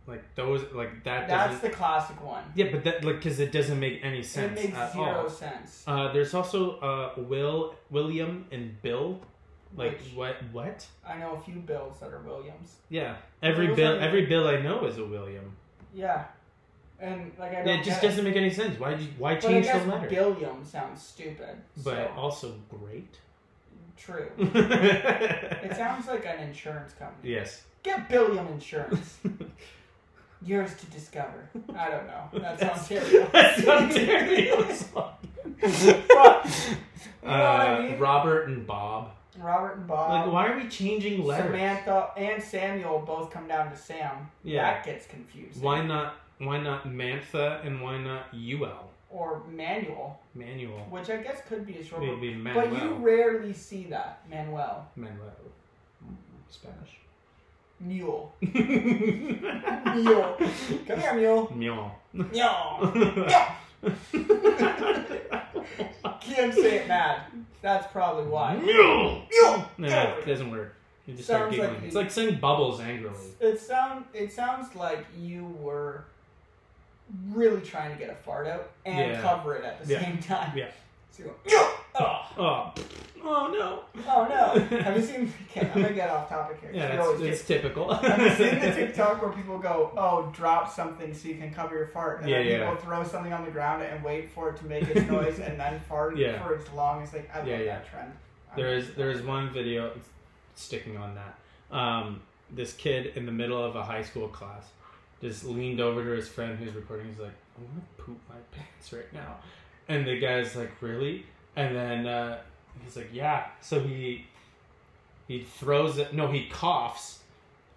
[SPEAKER 2] Like those, like that. doesn't,
[SPEAKER 1] That's the classic one.
[SPEAKER 2] Yeah, but that like because it doesn't make any sense
[SPEAKER 1] it makes
[SPEAKER 2] at
[SPEAKER 1] zero
[SPEAKER 2] all.
[SPEAKER 1] sense.
[SPEAKER 2] Uh, there's also uh, Will, William, and Bill. Like
[SPEAKER 1] Which-
[SPEAKER 2] what? What?
[SPEAKER 1] I know a few bills that are Williams.
[SPEAKER 2] Yeah. Every
[SPEAKER 1] Those
[SPEAKER 2] bill,
[SPEAKER 1] are-
[SPEAKER 2] every bill I know is a William.
[SPEAKER 1] Yeah, and like I don't.
[SPEAKER 2] It just
[SPEAKER 1] get
[SPEAKER 2] doesn't make any sense. Why? did you- Why
[SPEAKER 1] But I
[SPEAKER 2] change the
[SPEAKER 1] guess
[SPEAKER 2] letter?
[SPEAKER 1] Billiam sounds stupid.
[SPEAKER 2] but
[SPEAKER 1] so,
[SPEAKER 2] also great.
[SPEAKER 1] true. It sounds like an insurance company.
[SPEAKER 2] yes.
[SPEAKER 1] Get Billiam Insurance. Yours to discover. I don't know. That's Ontario.
[SPEAKER 2] That's Ontario.
[SPEAKER 1] But,
[SPEAKER 2] uh,
[SPEAKER 1] you know what I mean?
[SPEAKER 2] Robert and Bob.
[SPEAKER 1] Robert and
[SPEAKER 2] Like,
[SPEAKER 1] Bob.
[SPEAKER 2] why are we changing letters?
[SPEAKER 1] Samantha and Samuel both come down to Sam.
[SPEAKER 2] Yeah.
[SPEAKER 1] That gets confusing.
[SPEAKER 2] Why not? Why not Mantha and why not UL?
[SPEAKER 1] Or Manuel,
[SPEAKER 2] Manual.
[SPEAKER 1] which I guess could be a short
[SPEAKER 2] It'd
[SPEAKER 1] word.
[SPEAKER 2] be Manuel.
[SPEAKER 1] But you rarely see that. Manuel.
[SPEAKER 2] Manuel. Spanish.
[SPEAKER 1] Mule.
[SPEAKER 2] Mule.
[SPEAKER 1] Mule. Come here, mule. Mule. Mule. Can't say it mad. That's probably why.
[SPEAKER 4] Mule.
[SPEAKER 1] Mule.
[SPEAKER 4] No, it doesn't work. You just start
[SPEAKER 1] Sounds
[SPEAKER 4] giggling.
[SPEAKER 1] like-
[SPEAKER 4] it's like saying bubbles angrily.
[SPEAKER 1] It sound it sounds like you were really trying to get a fart out and
[SPEAKER 4] Yeah.
[SPEAKER 1] cover it at the
[SPEAKER 4] Yeah.
[SPEAKER 1] same time.
[SPEAKER 4] Yeah.
[SPEAKER 1] So you go, oh,
[SPEAKER 4] Oh, oh no.
[SPEAKER 1] oh no. Have you seen okay, I'm gonna get off topic here. 'cause we
[SPEAKER 4] Yeah,
[SPEAKER 1] always
[SPEAKER 4] it's,
[SPEAKER 1] get-
[SPEAKER 4] it's typical.
[SPEAKER 1] Have you seen the TikTok where people go, "Oh, drop something so you can cover your fart," and then
[SPEAKER 4] Yeah, yeah.
[SPEAKER 1] people throw something on the ground and wait for it to make its noise and then fart
[SPEAKER 4] Yeah.
[SPEAKER 1] for as long as like I love
[SPEAKER 4] Yeah, yeah.
[SPEAKER 1] that trend. I'm-
[SPEAKER 4] There is there is one video sticking on that. Um, this kid in the middle of a high school class just leaned over to his friend who's recording. He's like, "I'm gonna poop my pants right now," and the guy's like, "Really?" And then uh, he's like, "Yeah." So he he throws it. No, he coughs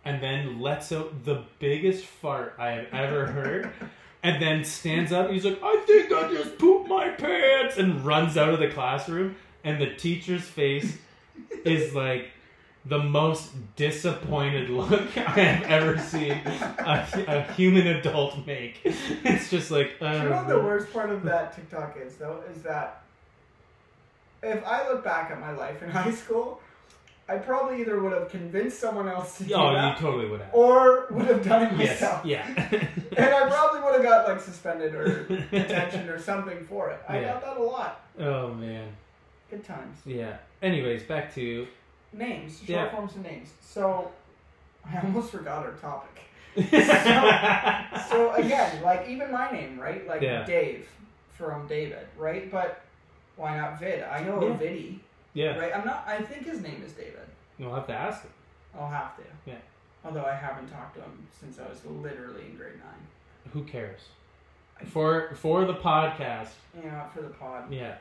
[SPEAKER 4] and then lets out the biggest fart I have ever heard. And then stands up. He's like, "I think I just pooped my pants," and runs out of the classroom. And the teacher's face is like the most disappointed look I have ever seen a, a human adult make. It's just like,
[SPEAKER 1] Do you know what the
[SPEAKER 4] uh,
[SPEAKER 1] worst part of that TikTok is though? Is that if I look back at my life in high school, I probably either would have convinced someone else to do
[SPEAKER 4] oh, you
[SPEAKER 1] that,
[SPEAKER 4] totally would have.
[SPEAKER 1] or would have done it
[SPEAKER 4] Yes,
[SPEAKER 1] myself.
[SPEAKER 4] yeah.
[SPEAKER 1] And I probably would have got like suspended or detention or something for it. I
[SPEAKER 4] Yeah.
[SPEAKER 1] got that a lot.
[SPEAKER 4] oh man,
[SPEAKER 1] Good times.
[SPEAKER 4] yeah. Anyways, back to
[SPEAKER 1] Names, short
[SPEAKER 4] Yeah.
[SPEAKER 1] forms of names. So I almost forgot our topic.
[SPEAKER 4] yeah,
[SPEAKER 1] So again, like even my name, right? Like
[SPEAKER 4] Yeah.
[SPEAKER 1] Dave from David, right? But why not Vid? I know
[SPEAKER 4] Yeah.
[SPEAKER 1] a Viddy, right? I'm not. I think his name is David.
[SPEAKER 4] we'll have to ask him.
[SPEAKER 1] I'll have to.
[SPEAKER 4] Yeah.
[SPEAKER 1] Although I haven't talked to him since I was literally in grade nine.
[SPEAKER 4] Who cares? For for the podcast,
[SPEAKER 1] You know, for the pod.
[SPEAKER 4] yeah,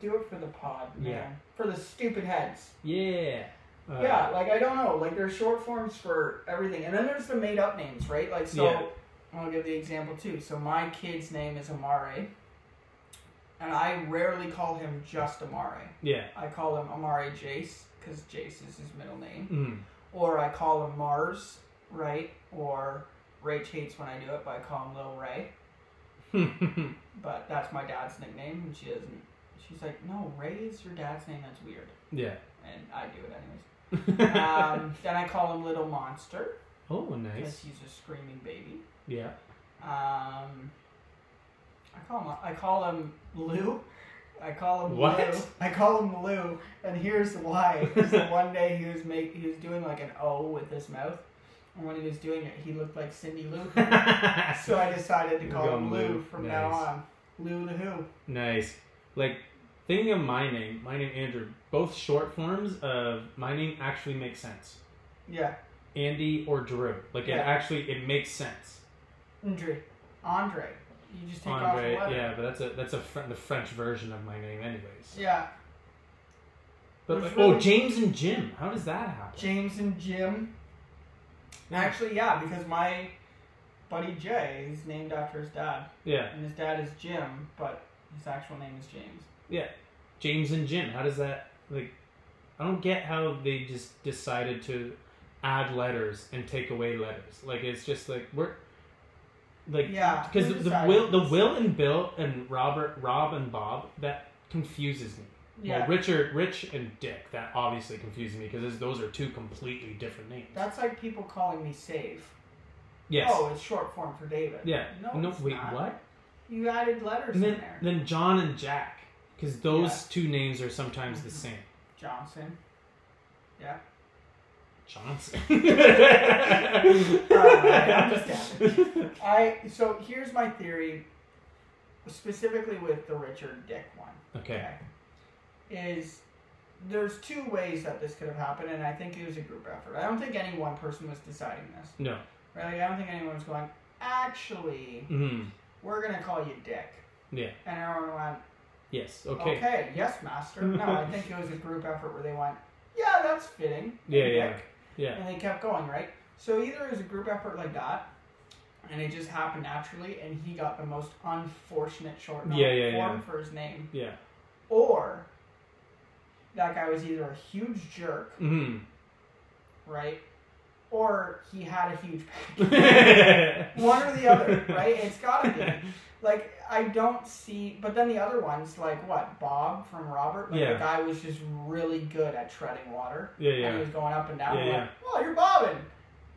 [SPEAKER 1] Do it for the pod, man.
[SPEAKER 4] Yeah.
[SPEAKER 1] For the stupid heads.
[SPEAKER 4] yeah, uh,
[SPEAKER 1] yeah, like I don't know, like there's short forms for everything, and then there's the made up names, right? Like so,
[SPEAKER 4] Yeah.
[SPEAKER 1] I'll give the example too. So my kid's name is Amare, and I rarely call him just Amare.
[SPEAKER 4] yeah.
[SPEAKER 1] I call him Amare Jace because Jace is his middle name,
[SPEAKER 4] Mm.
[SPEAKER 1] or I call him Mars, right? Or Rach hates when I do it, but I call him Lil Ray.
[SPEAKER 4] Mm.
[SPEAKER 1] But that's my dad's nickname, and she doesn't. She's like, no, Ray is your dad's name. That's weird,
[SPEAKER 4] yeah.
[SPEAKER 1] and I do it anyways um, then I call him Little Monster
[SPEAKER 4] oh,
[SPEAKER 1] because
[SPEAKER 4] nice.
[SPEAKER 1] he's a screaming baby.
[SPEAKER 4] Yeah.
[SPEAKER 1] Um, I call him I call him Lou. I call him
[SPEAKER 4] What?
[SPEAKER 1] Lou. I call him Lou, and here's why. Is that one day he was make he was doing like an O with his mouth, and when he was doing it, he looked like Cindy Lou. so I decided to
[SPEAKER 4] You
[SPEAKER 1] call
[SPEAKER 4] go
[SPEAKER 1] him Lou,
[SPEAKER 4] Lou.
[SPEAKER 1] from
[SPEAKER 4] Nice.
[SPEAKER 1] now on. Lou the Who.
[SPEAKER 4] nice. Like thinking of my name, my name Andrew. Both short forms of my name actually make sense.
[SPEAKER 1] Yeah,
[SPEAKER 4] Andy or Drew. Like
[SPEAKER 1] Yeah.
[SPEAKER 4] it actually it makes sense.
[SPEAKER 1] Andre. Andre. You just take
[SPEAKER 4] Andre.
[SPEAKER 1] off the letter.
[SPEAKER 4] Yeah, but that's a that's a fr- the French version of my name, anyways.
[SPEAKER 1] Yeah.
[SPEAKER 4] But
[SPEAKER 1] Which
[SPEAKER 4] like, oh,
[SPEAKER 1] really-
[SPEAKER 4] James and Jim. How does that happen?
[SPEAKER 1] James and Jim.
[SPEAKER 4] Yeah.
[SPEAKER 1] Actually, yeah, because my buddy Jay is named after his dad,
[SPEAKER 4] Yeah,
[SPEAKER 1] and his dad is Jim, but his actual name is James.
[SPEAKER 4] James and Jim. How does that like? I don't get how they just decided to add letters and take away letters. Like it's just like we're like
[SPEAKER 1] Yeah,
[SPEAKER 4] because
[SPEAKER 1] who
[SPEAKER 4] the, the
[SPEAKER 1] decided
[SPEAKER 4] will the
[SPEAKER 1] this?
[SPEAKER 4] will and Bill and Robert Rob and Bob that confuses me.
[SPEAKER 1] Yeah,
[SPEAKER 4] Well, Richard, Rich and Dick that obviously confuses me because those are two completely different names.
[SPEAKER 1] that's like people calling me Save.
[SPEAKER 4] yes.
[SPEAKER 1] Oh, it's short form for David.
[SPEAKER 4] yeah.
[SPEAKER 1] No, it's
[SPEAKER 4] wait,
[SPEAKER 1] not.
[SPEAKER 4] what?
[SPEAKER 1] You added letters
[SPEAKER 4] And
[SPEAKER 1] in
[SPEAKER 4] then,
[SPEAKER 1] there.
[SPEAKER 4] then John and Jack because those two names are sometimes the
[SPEAKER 1] Mhm.
[SPEAKER 4] same.
[SPEAKER 1] Johnson.
[SPEAKER 4] Johnson.
[SPEAKER 1] Oh, I'm just I so here's my theory, specifically with the Richard Dick one.
[SPEAKER 4] okay.
[SPEAKER 1] is there's two ways that this could have happened, and I think it was a group effort. I don't think any one person was deciding this.
[SPEAKER 4] No.
[SPEAKER 1] Right? Like, I don't think anyone was going, actually,
[SPEAKER 4] Mm.
[SPEAKER 1] we're going to call you Dick.
[SPEAKER 4] Yeah.
[SPEAKER 1] And everyone went,
[SPEAKER 4] Yes.
[SPEAKER 1] okay,
[SPEAKER 4] Okay.
[SPEAKER 1] yes, master. No, I think it was a group effort where they went, yeah, that's fitting.
[SPEAKER 4] Yeah,
[SPEAKER 1] Dick.
[SPEAKER 4] yeah, yeah.
[SPEAKER 1] And they kept going, right? So either it was a group effort like that, and it just happened naturally, and he got the most unfortunate short
[SPEAKER 4] Yeah, yeah, yeah.
[SPEAKER 1] form for his name,
[SPEAKER 4] Yeah.
[SPEAKER 1] or that guy was either a huge jerk
[SPEAKER 4] Mm.
[SPEAKER 1] right? Or he had a huge pack.
[SPEAKER 4] One
[SPEAKER 1] One or the other, right? It's gotta be. Like I don't see, but then the other ones, like what Bob from Robert, like
[SPEAKER 4] Yeah.
[SPEAKER 1] the guy was just really good at treading water.
[SPEAKER 4] Yeah,
[SPEAKER 1] And he
[SPEAKER 4] yeah.
[SPEAKER 1] was going up and down.
[SPEAKER 4] Yeah,
[SPEAKER 1] I'm
[SPEAKER 4] yeah.
[SPEAKER 1] like, oh, you're bobbing,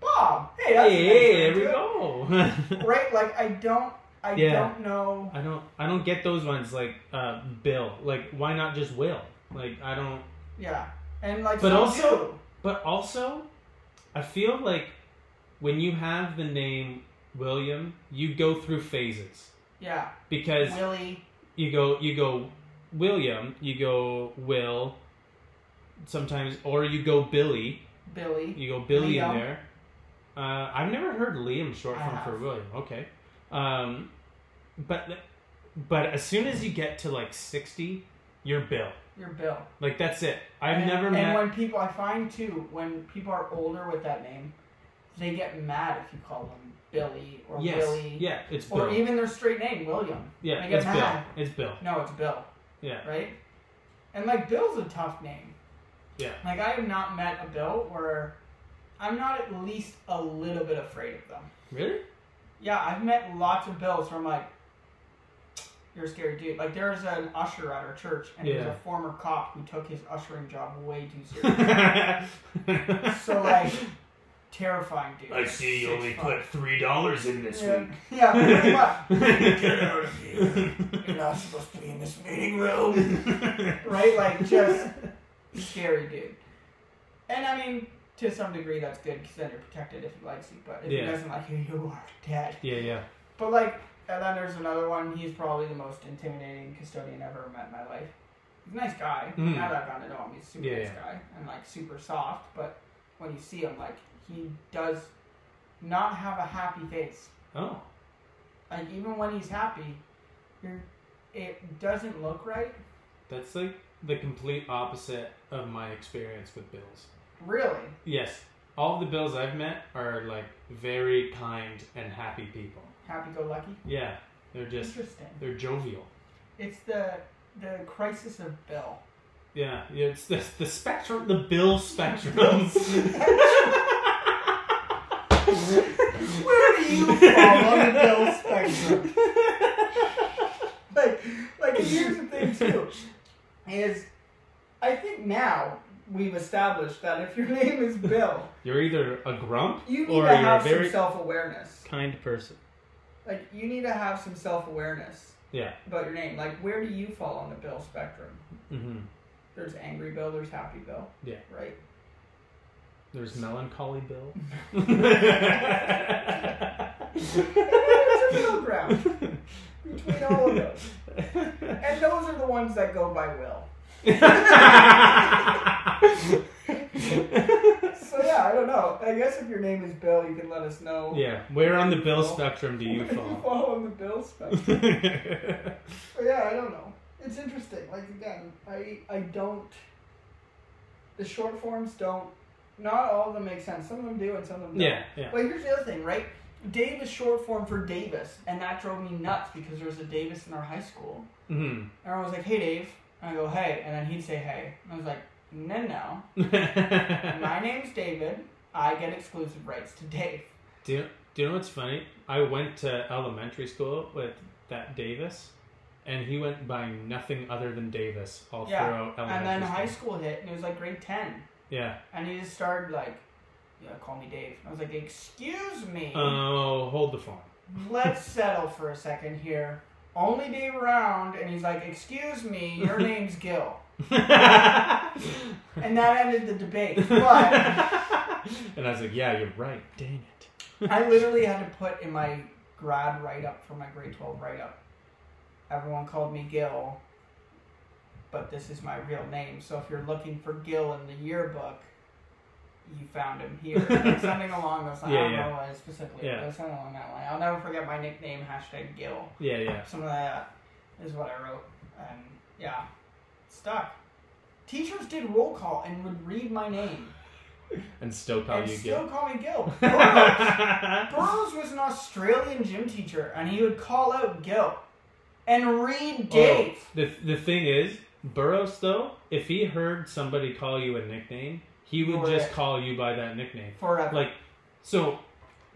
[SPEAKER 1] Bob. Hey, that's a nice
[SPEAKER 4] Hey,
[SPEAKER 1] way
[SPEAKER 4] there
[SPEAKER 1] to
[SPEAKER 4] we
[SPEAKER 1] do it."
[SPEAKER 4] go.
[SPEAKER 1] Right? Like I don't, I
[SPEAKER 4] Yeah.
[SPEAKER 1] don't know.
[SPEAKER 4] I don't, I don't get those ones like uh, Bill. Like, why not just Will? Like, I don't.
[SPEAKER 1] Yeah, and like,
[SPEAKER 4] But
[SPEAKER 1] some
[SPEAKER 4] also-
[SPEAKER 1] do.
[SPEAKER 4] But also, I feel like when you have the name William, you go through phases
[SPEAKER 1] yeah,
[SPEAKER 4] because
[SPEAKER 1] Willie.
[SPEAKER 4] you go you go William, you go Will, sometimes or you go Billy,
[SPEAKER 1] Billy.
[SPEAKER 4] you go Billy
[SPEAKER 1] Liam.
[SPEAKER 4] in there. Uh, I've never heard Liam short
[SPEAKER 1] I
[SPEAKER 4] form
[SPEAKER 1] have.
[SPEAKER 4] for William. Okay, um, but but as soon as you get to like sixty, you're Bill.
[SPEAKER 1] You're Bill.
[SPEAKER 4] Like that's it. I've
[SPEAKER 1] and,
[SPEAKER 4] never
[SPEAKER 1] and
[SPEAKER 4] met.
[SPEAKER 1] when people, I find too, when people are older with that name, they get mad if you call them Billy or
[SPEAKER 4] yes,
[SPEAKER 1] Willie.
[SPEAKER 4] yeah, it's Bill.
[SPEAKER 1] Or even their straight name, William.
[SPEAKER 4] yeah,
[SPEAKER 1] I get
[SPEAKER 4] it's
[SPEAKER 1] mad.
[SPEAKER 4] Bill. It's Bill.
[SPEAKER 1] No, it's Bill,
[SPEAKER 4] Yeah,
[SPEAKER 1] right? And like Bill's a tough name.
[SPEAKER 4] Yeah.
[SPEAKER 1] Like I have not met a Bill where I'm not at least a little bit afraid of them.
[SPEAKER 4] really?
[SPEAKER 1] Yeah, I've met lots of Bills where I'm like, you're a scary dude. Like there was an usher at our church, and he was
[SPEAKER 4] Yeah.
[SPEAKER 1] a former cop who took his ushering job way too seriously.
[SPEAKER 4] so
[SPEAKER 1] so like, terrifying dude. Six five.
[SPEAKER 4] three dollars in
[SPEAKER 1] yeah. Yeah, pretty much.
[SPEAKER 4] Get
[SPEAKER 1] out of here. You're not supposed to be in this meeting room. Right? Like, just scary, dude. And I mean, to some degree, that's good because then you're protected if he likes you. But if
[SPEAKER 4] Yeah.
[SPEAKER 1] he doesn't like you, you are dead.
[SPEAKER 4] Yeah, yeah.
[SPEAKER 1] But, like, and then there's another one. He's probably the most intimidating custodian I've ever met in my life. He's a nice guy.
[SPEAKER 4] Mm.
[SPEAKER 1] Now that I've gotten to know him, he's a super
[SPEAKER 4] Yeah,
[SPEAKER 1] nice
[SPEAKER 4] yeah.
[SPEAKER 1] guy and, like, super soft. But when you see him, like, he does not have a happy face.
[SPEAKER 4] Oh,
[SPEAKER 1] Like even when he's happy, you're, it doesn't look right.
[SPEAKER 4] that's like the complete opposite of my experience with bills.
[SPEAKER 1] Really?
[SPEAKER 4] Yes, all of the bills I've met are like very kind and happy people.
[SPEAKER 1] Happy-go-lucky.
[SPEAKER 4] Yeah, they're just
[SPEAKER 1] Interesting.
[SPEAKER 4] they're jovial.
[SPEAKER 1] It's the the crisis of Bill.
[SPEAKER 4] Yeah, yeah, it's the, the spectrum, the bill spectrum.
[SPEAKER 1] Where do you fall on the Bill spectrum? Like, like here's the thing too, is I think now we've established that if your name is Bill,
[SPEAKER 4] You're either a grump
[SPEAKER 1] you need
[SPEAKER 4] or
[SPEAKER 1] to
[SPEAKER 4] you're a
[SPEAKER 1] have
[SPEAKER 4] very
[SPEAKER 1] some self-awareness.
[SPEAKER 4] kind person.
[SPEAKER 1] Like you need to have some self-awareness
[SPEAKER 4] Yeah.
[SPEAKER 1] about your name. Like where do you fall on the Bill spectrum?
[SPEAKER 4] hmm
[SPEAKER 1] There's angry Bill, there's happy Bill.
[SPEAKER 4] Yeah.
[SPEAKER 1] Right?
[SPEAKER 4] There's melancholy Bill.
[SPEAKER 1] There's a middle ground between all of those. And those are the ones that go by Will. So yeah, I don't know. I guess if your name is Bill, you can let us know.
[SPEAKER 4] yeah, where on the Bill spectrum do you
[SPEAKER 1] Where you
[SPEAKER 4] fall?
[SPEAKER 1] fall on the Bill spectrum. But yeah, I don't know. It's interesting. Like again, I I don't. The short forms don't. Not all of them make sense. Some of them do, and some of them don't.
[SPEAKER 4] yeah, yeah.
[SPEAKER 1] Well, here's the other thing, right? Dave is short form for Davis, and that drove me nuts because there was a Davis in our high school.
[SPEAKER 4] Mm.
[SPEAKER 1] And I was like, hey, Dave. And I go, hey. And then he'd say, hey. And I was like, no, no. My name's David. I get exclusive rights to Dave.
[SPEAKER 4] do, you, do you know what's funny? I went to elementary school with that Davis, and he went by nothing other than Davis all
[SPEAKER 1] Yeah,
[SPEAKER 4] throughout
[SPEAKER 1] And
[SPEAKER 4] elementary
[SPEAKER 1] then high
[SPEAKER 4] school.
[SPEAKER 1] school hit, and it was like grade 10.
[SPEAKER 4] Yeah.
[SPEAKER 1] And he just started like, yeah, call me Dave. I was like, excuse me.
[SPEAKER 4] Oh, hold the phone.
[SPEAKER 1] Let's settle for a second here. Only Dave around. And he's like, excuse me, your name's Gil. And that ended the debate. But.
[SPEAKER 4] and I was like, yeah, you're right. Dang it.
[SPEAKER 1] I literally had to put in my grad write up for my grade 12 write up. Everyone called me Gil, but this is my real name. So if you're looking for Gil in the yearbook, you found him here. Like something along those lines.
[SPEAKER 4] Yeah,
[SPEAKER 1] I don't
[SPEAKER 4] yeah.
[SPEAKER 1] know what it is specifically,
[SPEAKER 4] Yeah.
[SPEAKER 1] but something along that line. I'll never forget my nickname, hashtag Gil.
[SPEAKER 4] Yeah, yeah.
[SPEAKER 1] Something like that is what I wrote. And yeah, stuck. Teachers did roll call and would read my name
[SPEAKER 4] And still call
[SPEAKER 1] and
[SPEAKER 4] you
[SPEAKER 1] still
[SPEAKER 4] Gil.
[SPEAKER 1] call me Gil. Burrows. Burrows was an Australian gym teacher, and he would call out Gil and read Dave.
[SPEAKER 4] the, the thing is, Burroughs, though, if he heard somebody call you a nickname, he would
[SPEAKER 1] Correct.
[SPEAKER 4] just call you by that nickname.
[SPEAKER 1] Forever.
[SPEAKER 4] Like, so,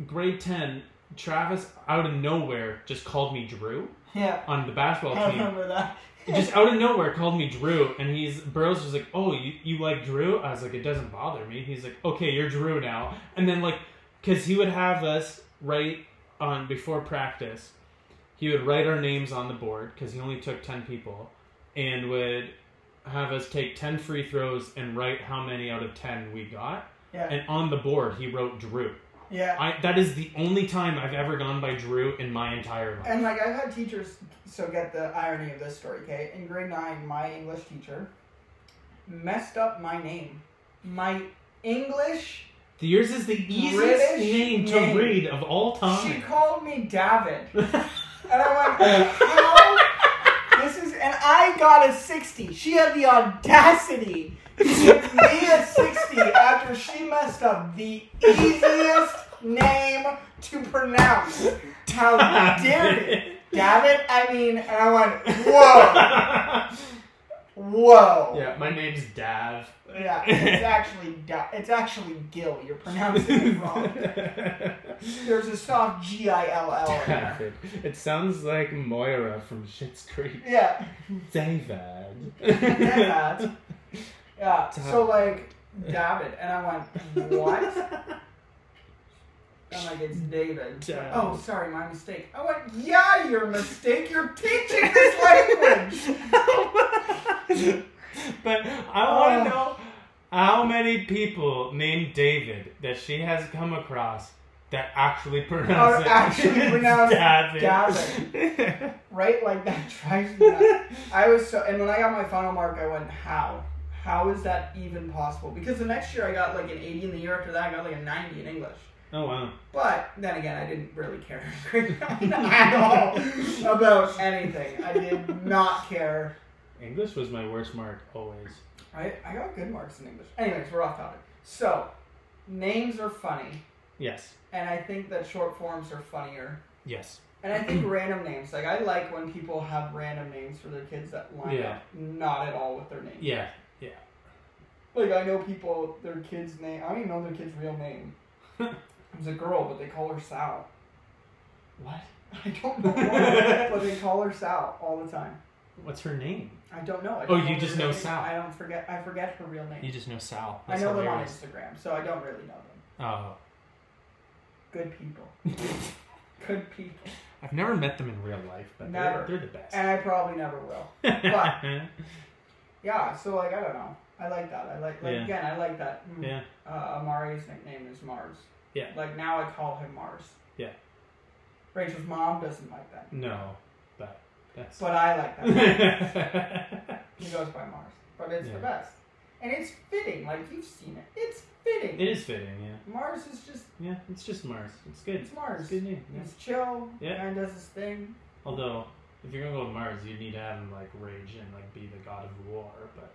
[SPEAKER 4] grade 10, Travis, out of nowhere, just called me Drew.
[SPEAKER 1] Yeah.
[SPEAKER 4] on the basketball
[SPEAKER 1] I
[SPEAKER 4] team
[SPEAKER 1] remember that.
[SPEAKER 4] just out of nowhere called me Drew, and he's Bros was like, "Oh, you, you like Drew?" I was like, "It doesn't bother me." He's like, "Okay, you're Drew now." And then like, because he would have us write on before practice, he would write our names on the board because he only took ten people, and would have us take ten free throws and write how many out of ten we got.
[SPEAKER 1] Yeah.
[SPEAKER 4] And on the board, he wrote Drew.
[SPEAKER 1] yeah.
[SPEAKER 4] I that is the only time I've ever gone by Drew in my entire life.
[SPEAKER 1] And like I've had teachers, so get the irony of this story, okay? In grade nine, my English teacher messed up my name. My English,
[SPEAKER 4] The Yours is the easiest
[SPEAKER 1] British
[SPEAKER 4] name to
[SPEAKER 1] name.
[SPEAKER 4] read of all
[SPEAKER 1] she
[SPEAKER 4] time.
[SPEAKER 1] called me David, and I'm like, how? This is, and I got a sixty. She had the audacity to give me a sixty after she messed up the easiest name to pronounce. How dare you, David? I mean, and I went, whoa. Whoa.
[SPEAKER 4] yeah, my name's Dav.
[SPEAKER 1] Yeah, it's actually da- it's actually Gill. You're pronouncing it wrong. There's a soft G I L L. in there.
[SPEAKER 4] David. It sounds like Moira from Schitt's Creek.
[SPEAKER 1] Yeah,
[SPEAKER 4] David.
[SPEAKER 1] David. yeah. So like David, and I went what? I'm like it's David.
[SPEAKER 4] David.
[SPEAKER 1] Oh, sorry, my mistake. I went yeah, your mistake. You're teaching this language.
[SPEAKER 4] but I want
[SPEAKER 1] Oh.
[SPEAKER 4] to know how many people named David that she has come across that actually pronounce
[SPEAKER 1] Are
[SPEAKER 4] it
[SPEAKER 1] actually pronounced
[SPEAKER 4] David.
[SPEAKER 1] David. right? Like that drives me nuts. I was so, and when I got my final mark, I went, how? How is that even possible? Because the next year I got like an 80, and the year after that I got like a 90 in English.
[SPEAKER 4] oh wow.
[SPEAKER 1] But then again, I didn't really care at all about anything. I did not care.
[SPEAKER 4] English was my worst mark always.
[SPEAKER 1] I, I got good marks in English. Anyways, we're off topic. So, names are funny,
[SPEAKER 4] Yes.
[SPEAKER 1] and I think that short forms are funnier.
[SPEAKER 4] Yes.
[SPEAKER 1] And I think random names. Like I like when people have random names for their kids that line
[SPEAKER 4] Yeah.
[SPEAKER 1] up not at all with their name.
[SPEAKER 4] Yeah.
[SPEAKER 1] Like I know people their kid's name I don't even know their kid's real name. it was a girl, but they call her Sal.
[SPEAKER 4] What?
[SPEAKER 1] I don't know why, but they call her Sal all the time.
[SPEAKER 4] What's her name?
[SPEAKER 1] I don't know. I
[SPEAKER 4] Oh,
[SPEAKER 1] don't
[SPEAKER 4] you
[SPEAKER 1] her
[SPEAKER 4] just
[SPEAKER 1] real
[SPEAKER 4] know
[SPEAKER 1] name.
[SPEAKER 4] Sal.
[SPEAKER 1] I don't forget I forget her real name.
[SPEAKER 4] You just know Sal.
[SPEAKER 1] I
[SPEAKER 4] That's
[SPEAKER 1] know
[SPEAKER 4] hilarious.
[SPEAKER 1] them on Instagram, so I don't really know them.
[SPEAKER 4] Oh.
[SPEAKER 1] Good people. Good people.
[SPEAKER 4] Oh. I've never met them in real life, but
[SPEAKER 1] Never.
[SPEAKER 4] they're, they're the best.
[SPEAKER 1] And I probably never will. but- Yeah, so like I don't know. I like that. I like like
[SPEAKER 4] Yeah.
[SPEAKER 1] again, I like that. Mm,
[SPEAKER 4] yeah.
[SPEAKER 1] uh, Amari's nickname is Mars.
[SPEAKER 4] Yeah.
[SPEAKER 1] Like now I call him Mars.
[SPEAKER 4] Yeah.
[SPEAKER 1] Rachel's mom doesn't like that,
[SPEAKER 4] No. But that's.
[SPEAKER 1] but I like that. he
[SPEAKER 4] it
[SPEAKER 1] goes by Mars, but it's
[SPEAKER 4] Yeah.
[SPEAKER 1] the best, and it's fitting. Like you've seen it, it's fitting.
[SPEAKER 4] is fitting, yeah.
[SPEAKER 1] Mars is just
[SPEAKER 4] Yeah, it's just Mars. It's good.
[SPEAKER 1] It's Mars.
[SPEAKER 4] It's a good name. yeah.
[SPEAKER 1] it's chill.
[SPEAKER 4] Yeah.
[SPEAKER 1] kind of does his thing.
[SPEAKER 4] Although, if you're gonna go to Mars, you need to have him like rage and like be the god of war, but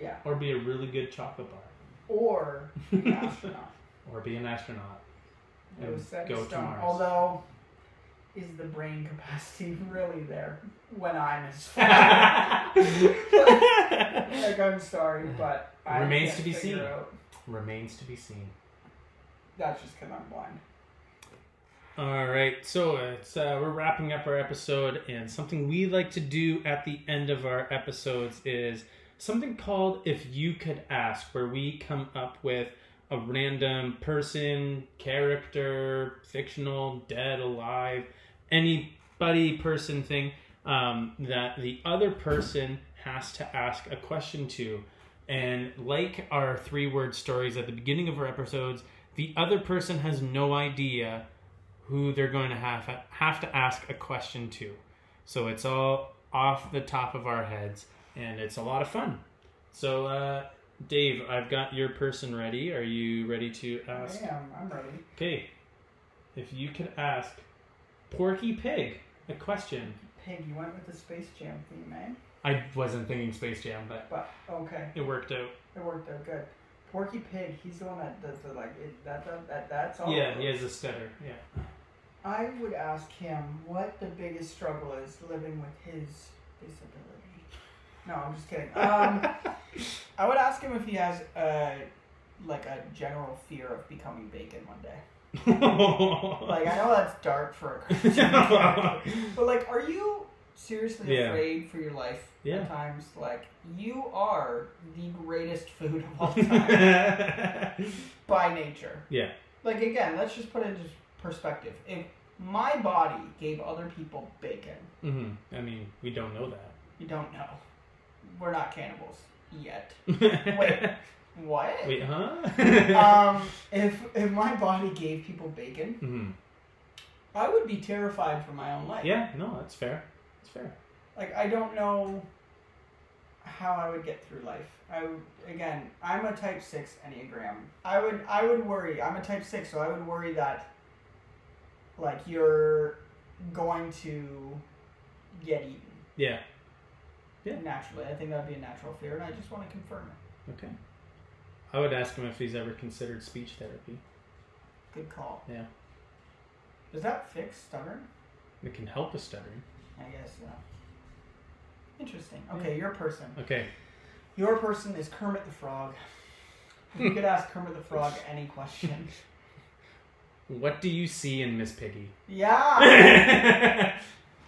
[SPEAKER 1] Yeah,
[SPEAKER 4] or be a really good chocolate bar,
[SPEAKER 1] or an astronaut.
[SPEAKER 4] or be an astronaut.
[SPEAKER 1] It
[SPEAKER 4] And
[SPEAKER 1] was set
[SPEAKER 4] go
[SPEAKER 1] in
[SPEAKER 4] to
[SPEAKER 1] stone.
[SPEAKER 4] Mars.
[SPEAKER 1] Although, is the brain capacity really there when I'm as Like I'm sorry, but I
[SPEAKER 4] Remains
[SPEAKER 1] can't
[SPEAKER 4] to be
[SPEAKER 1] figure
[SPEAKER 4] seen.
[SPEAKER 1] Out.
[SPEAKER 4] Remains to be seen.
[SPEAKER 1] That's just because I'm blind.
[SPEAKER 4] All right, so it's uh, we're wrapping up our episode, and something we like to do at the end of our episodes is something called "If You Could Ask," where we come up with a random person, character, fictional, dead, alive, anybody, person, thing um, that the other person has to ask a question to, and like our three-word stories at the beginning of our episodes, the other person has no idea who they're going to have have to ask a question to. So it's all off the top of our heads, and it's a lot of fun. So, uh, Dave, I've got your person ready. Are you ready to ask?
[SPEAKER 1] Damn, I'm ready.
[SPEAKER 4] Okay, if you could ask Porky Pig a question.
[SPEAKER 1] Pig, you went with the Space Jam theme, eh?
[SPEAKER 4] I wasn't thinking Space Jam, but
[SPEAKER 1] But okay,
[SPEAKER 4] it worked out.
[SPEAKER 1] it worked out good. Porky Pig, he's the one that does the like it, that, that that that's all.
[SPEAKER 4] Yeah, he has a stutter. Yeah.
[SPEAKER 1] I would ask him what the biggest struggle is living with his disability. No, I'm just kidding. Um, I would ask him if he has a like a general fear of becoming bacon one day. Like I know that's dark for a cartoon character, But like, are you seriously
[SPEAKER 4] Yeah.
[SPEAKER 1] afraid for your life
[SPEAKER 4] Yeah.
[SPEAKER 1] at times. Like you are the greatest food of all time
[SPEAKER 4] yeah.
[SPEAKER 1] by nature. Like again, let's just put it into perspective. If my body gave other people bacon,
[SPEAKER 4] hmm I mean, we don't know that.
[SPEAKER 1] you don't know. We're not cannibals yet. Wait. What?
[SPEAKER 4] Wait, huh?
[SPEAKER 1] um, if if my body gave people bacon,
[SPEAKER 4] hmm
[SPEAKER 1] I would be terrified for my own life.
[SPEAKER 4] Yeah, no, that's fair. That's fair.
[SPEAKER 1] Like I don't know how I would get through life. I would- again, I'm a type six enneagram. I would I would worry. I'm a type six, so I would worry that like you're going to get eaten.
[SPEAKER 4] Yeah. Yeah.
[SPEAKER 1] Naturally, I think that'd be a natural fear, and I just want to confirm it.
[SPEAKER 4] Okay. I would ask him if he's ever considered speech therapy.
[SPEAKER 1] Good call.
[SPEAKER 4] Yeah.
[SPEAKER 1] Does that fix stubborn?
[SPEAKER 4] It can help with stuttering.
[SPEAKER 1] I guess so. Interesting. Okay, your person.
[SPEAKER 4] Okay.
[SPEAKER 1] Your person is Kermit the Frog. You could ask Kermit the Frog any question.
[SPEAKER 4] What do you see in Miss Piggy?
[SPEAKER 1] Yeah!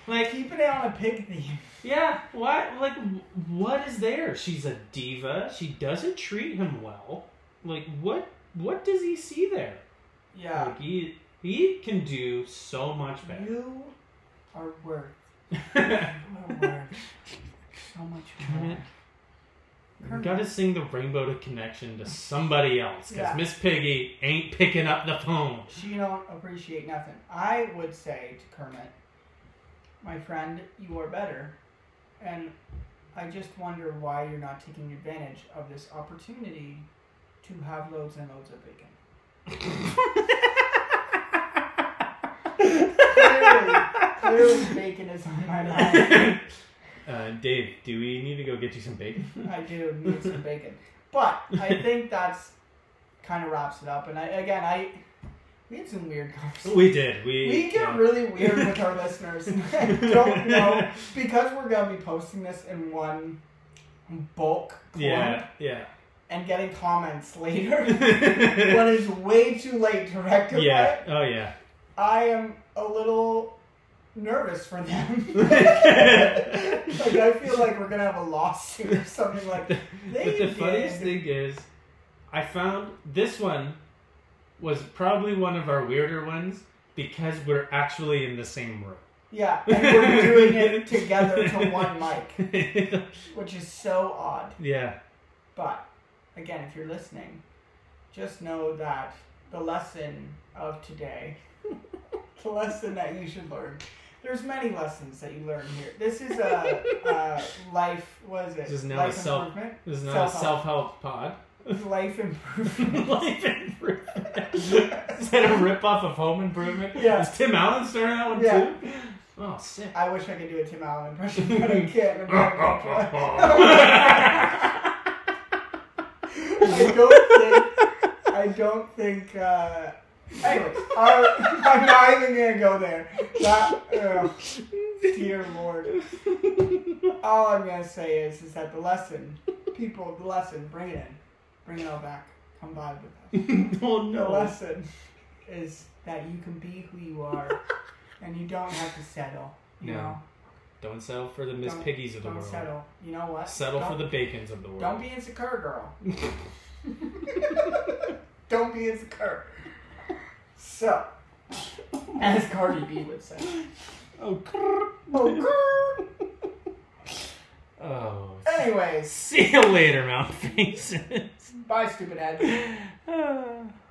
[SPEAKER 4] like,
[SPEAKER 1] Keeping it on a pig theme.
[SPEAKER 4] yeah, what? Like, wh- what is there? She's a diva. She doesn't treat him well. Like, what? What does he see there?
[SPEAKER 1] Yeah.
[SPEAKER 4] Like, he he can do so much better.
[SPEAKER 1] You are worth. You are worth so much more.
[SPEAKER 4] Kermit, you gotta sing the Rainbow to Connection to somebody else, cause
[SPEAKER 1] Yeah.
[SPEAKER 4] Miss Piggy ain't picking up the phone.
[SPEAKER 1] She don't appreciate nothing. I would say to Kermit, my friend, you are better, and I just wonder why you're not taking advantage of this opportunity to have loads and loads of bacon. Clearly, clearly bacon is on my mind.
[SPEAKER 4] Uh, Dave, do we need to go get you some bacon?
[SPEAKER 1] I do need some bacon, but I think that's kind of wraps it up. And I again, I we had some weird conversations.
[SPEAKER 4] we did. We,
[SPEAKER 1] We get
[SPEAKER 4] yeah.
[SPEAKER 1] really weird with our listeners. I don't know because we're gonna be posting this in one bulk clump
[SPEAKER 4] Yeah, yeah.
[SPEAKER 1] and getting comments later when it's way too late to rectify.
[SPEAKER 4] yeah.
[SPEAKER 1] it.
[SPEAKER 4] Oh yeah.
[SPEAKER 1] I am a little nervous for them. like I
[SPEAKER 4] I
[SPEAKER 1] feel like we're gonna have a lawsuit or something like.
[SPEAKER 4] But
[SPEAKER 1] They
[SPEAKER 4] the funniest
[SPEAKER 1] did.
[SPEAKER 4] thing is, I found this one was probably one of our weirder ones because we're actually in the same
[SPEAKER 1] Yeah, and we're doing it together to one mic,
[SPEAKER 4] room.
[SPEAKER 1] which is so odd.
[SPEAKER 4] yeah.
[SPEAKER 1] But again, if you're listening, just know that the lesson of today, the lesson that you should learn. There's many lessons that you learn here. This is a, uh life. Was it
[SPEAKER 4] This is now
[SPEAKER 1] life
[SPEAKER 4] a self-
[SPEAKER 1] improvement?
[SPEAKER 4] This is not
[SPEAKER 1] Self-help.
[SPEAKER 4] a self-help pod.
[SPEAKER 1] Life improvement.
[SPEAKER 4] Life improvement. is that a ripoff of Home Improvement?
[SPEAKER 1] Yeah.
[SPEAKER 4] Is Tim Allen starring that one
[SPEAKER 1] Yeah.
[SPEAKER 4] too? Oh, sick.
[SPEAKER 1] I wish I could do a Tim Allen impression, but I can't. I don't think. I don't think. Uh, anyway, uh, I'm not even gonna go there. That, oh, dear lord. All I'm gonna say is, is that the lesson, people, the lesson, bring it in, bring it all back, come vibe with us.
[SPEAKER 4] oh
[SPEAKER 1] The
[SPEAKER 4] no.
[SPEAKER 1] lesson is that you can be who you are, and you don't have to settle. You
[SPEAKER 4] No.
[SPEAKER 1] know,
[SPEAKER 4] Don't settle for the Miss
[SPEAKER 1] Don't-
[SPEAKER 4] Piggies of the
[SPEAKER 1] don't
[SPEAKER 4] world.
[SPEAKER 1] settle. You know what?
[SPEAKER 4] Settle
[SPEAKER 1] Don't-
[SPEAKER 4] for the Bacons of the world.
[SPEAKER 1] Don't be insecure, girl. Don't be insecure. So, as Cardi B would say.
[SPEAKER 4] Oh, crrr.
[SPEAKER 1] Oh, girl.
[SPEAKER 4] oh.
[SPEAKER 1] Anyways,
[SPEAKER 4] See you later, Mount Faces.
[SPEAKER 1] bye, stupid head.
[SPEAKER 4] Ah.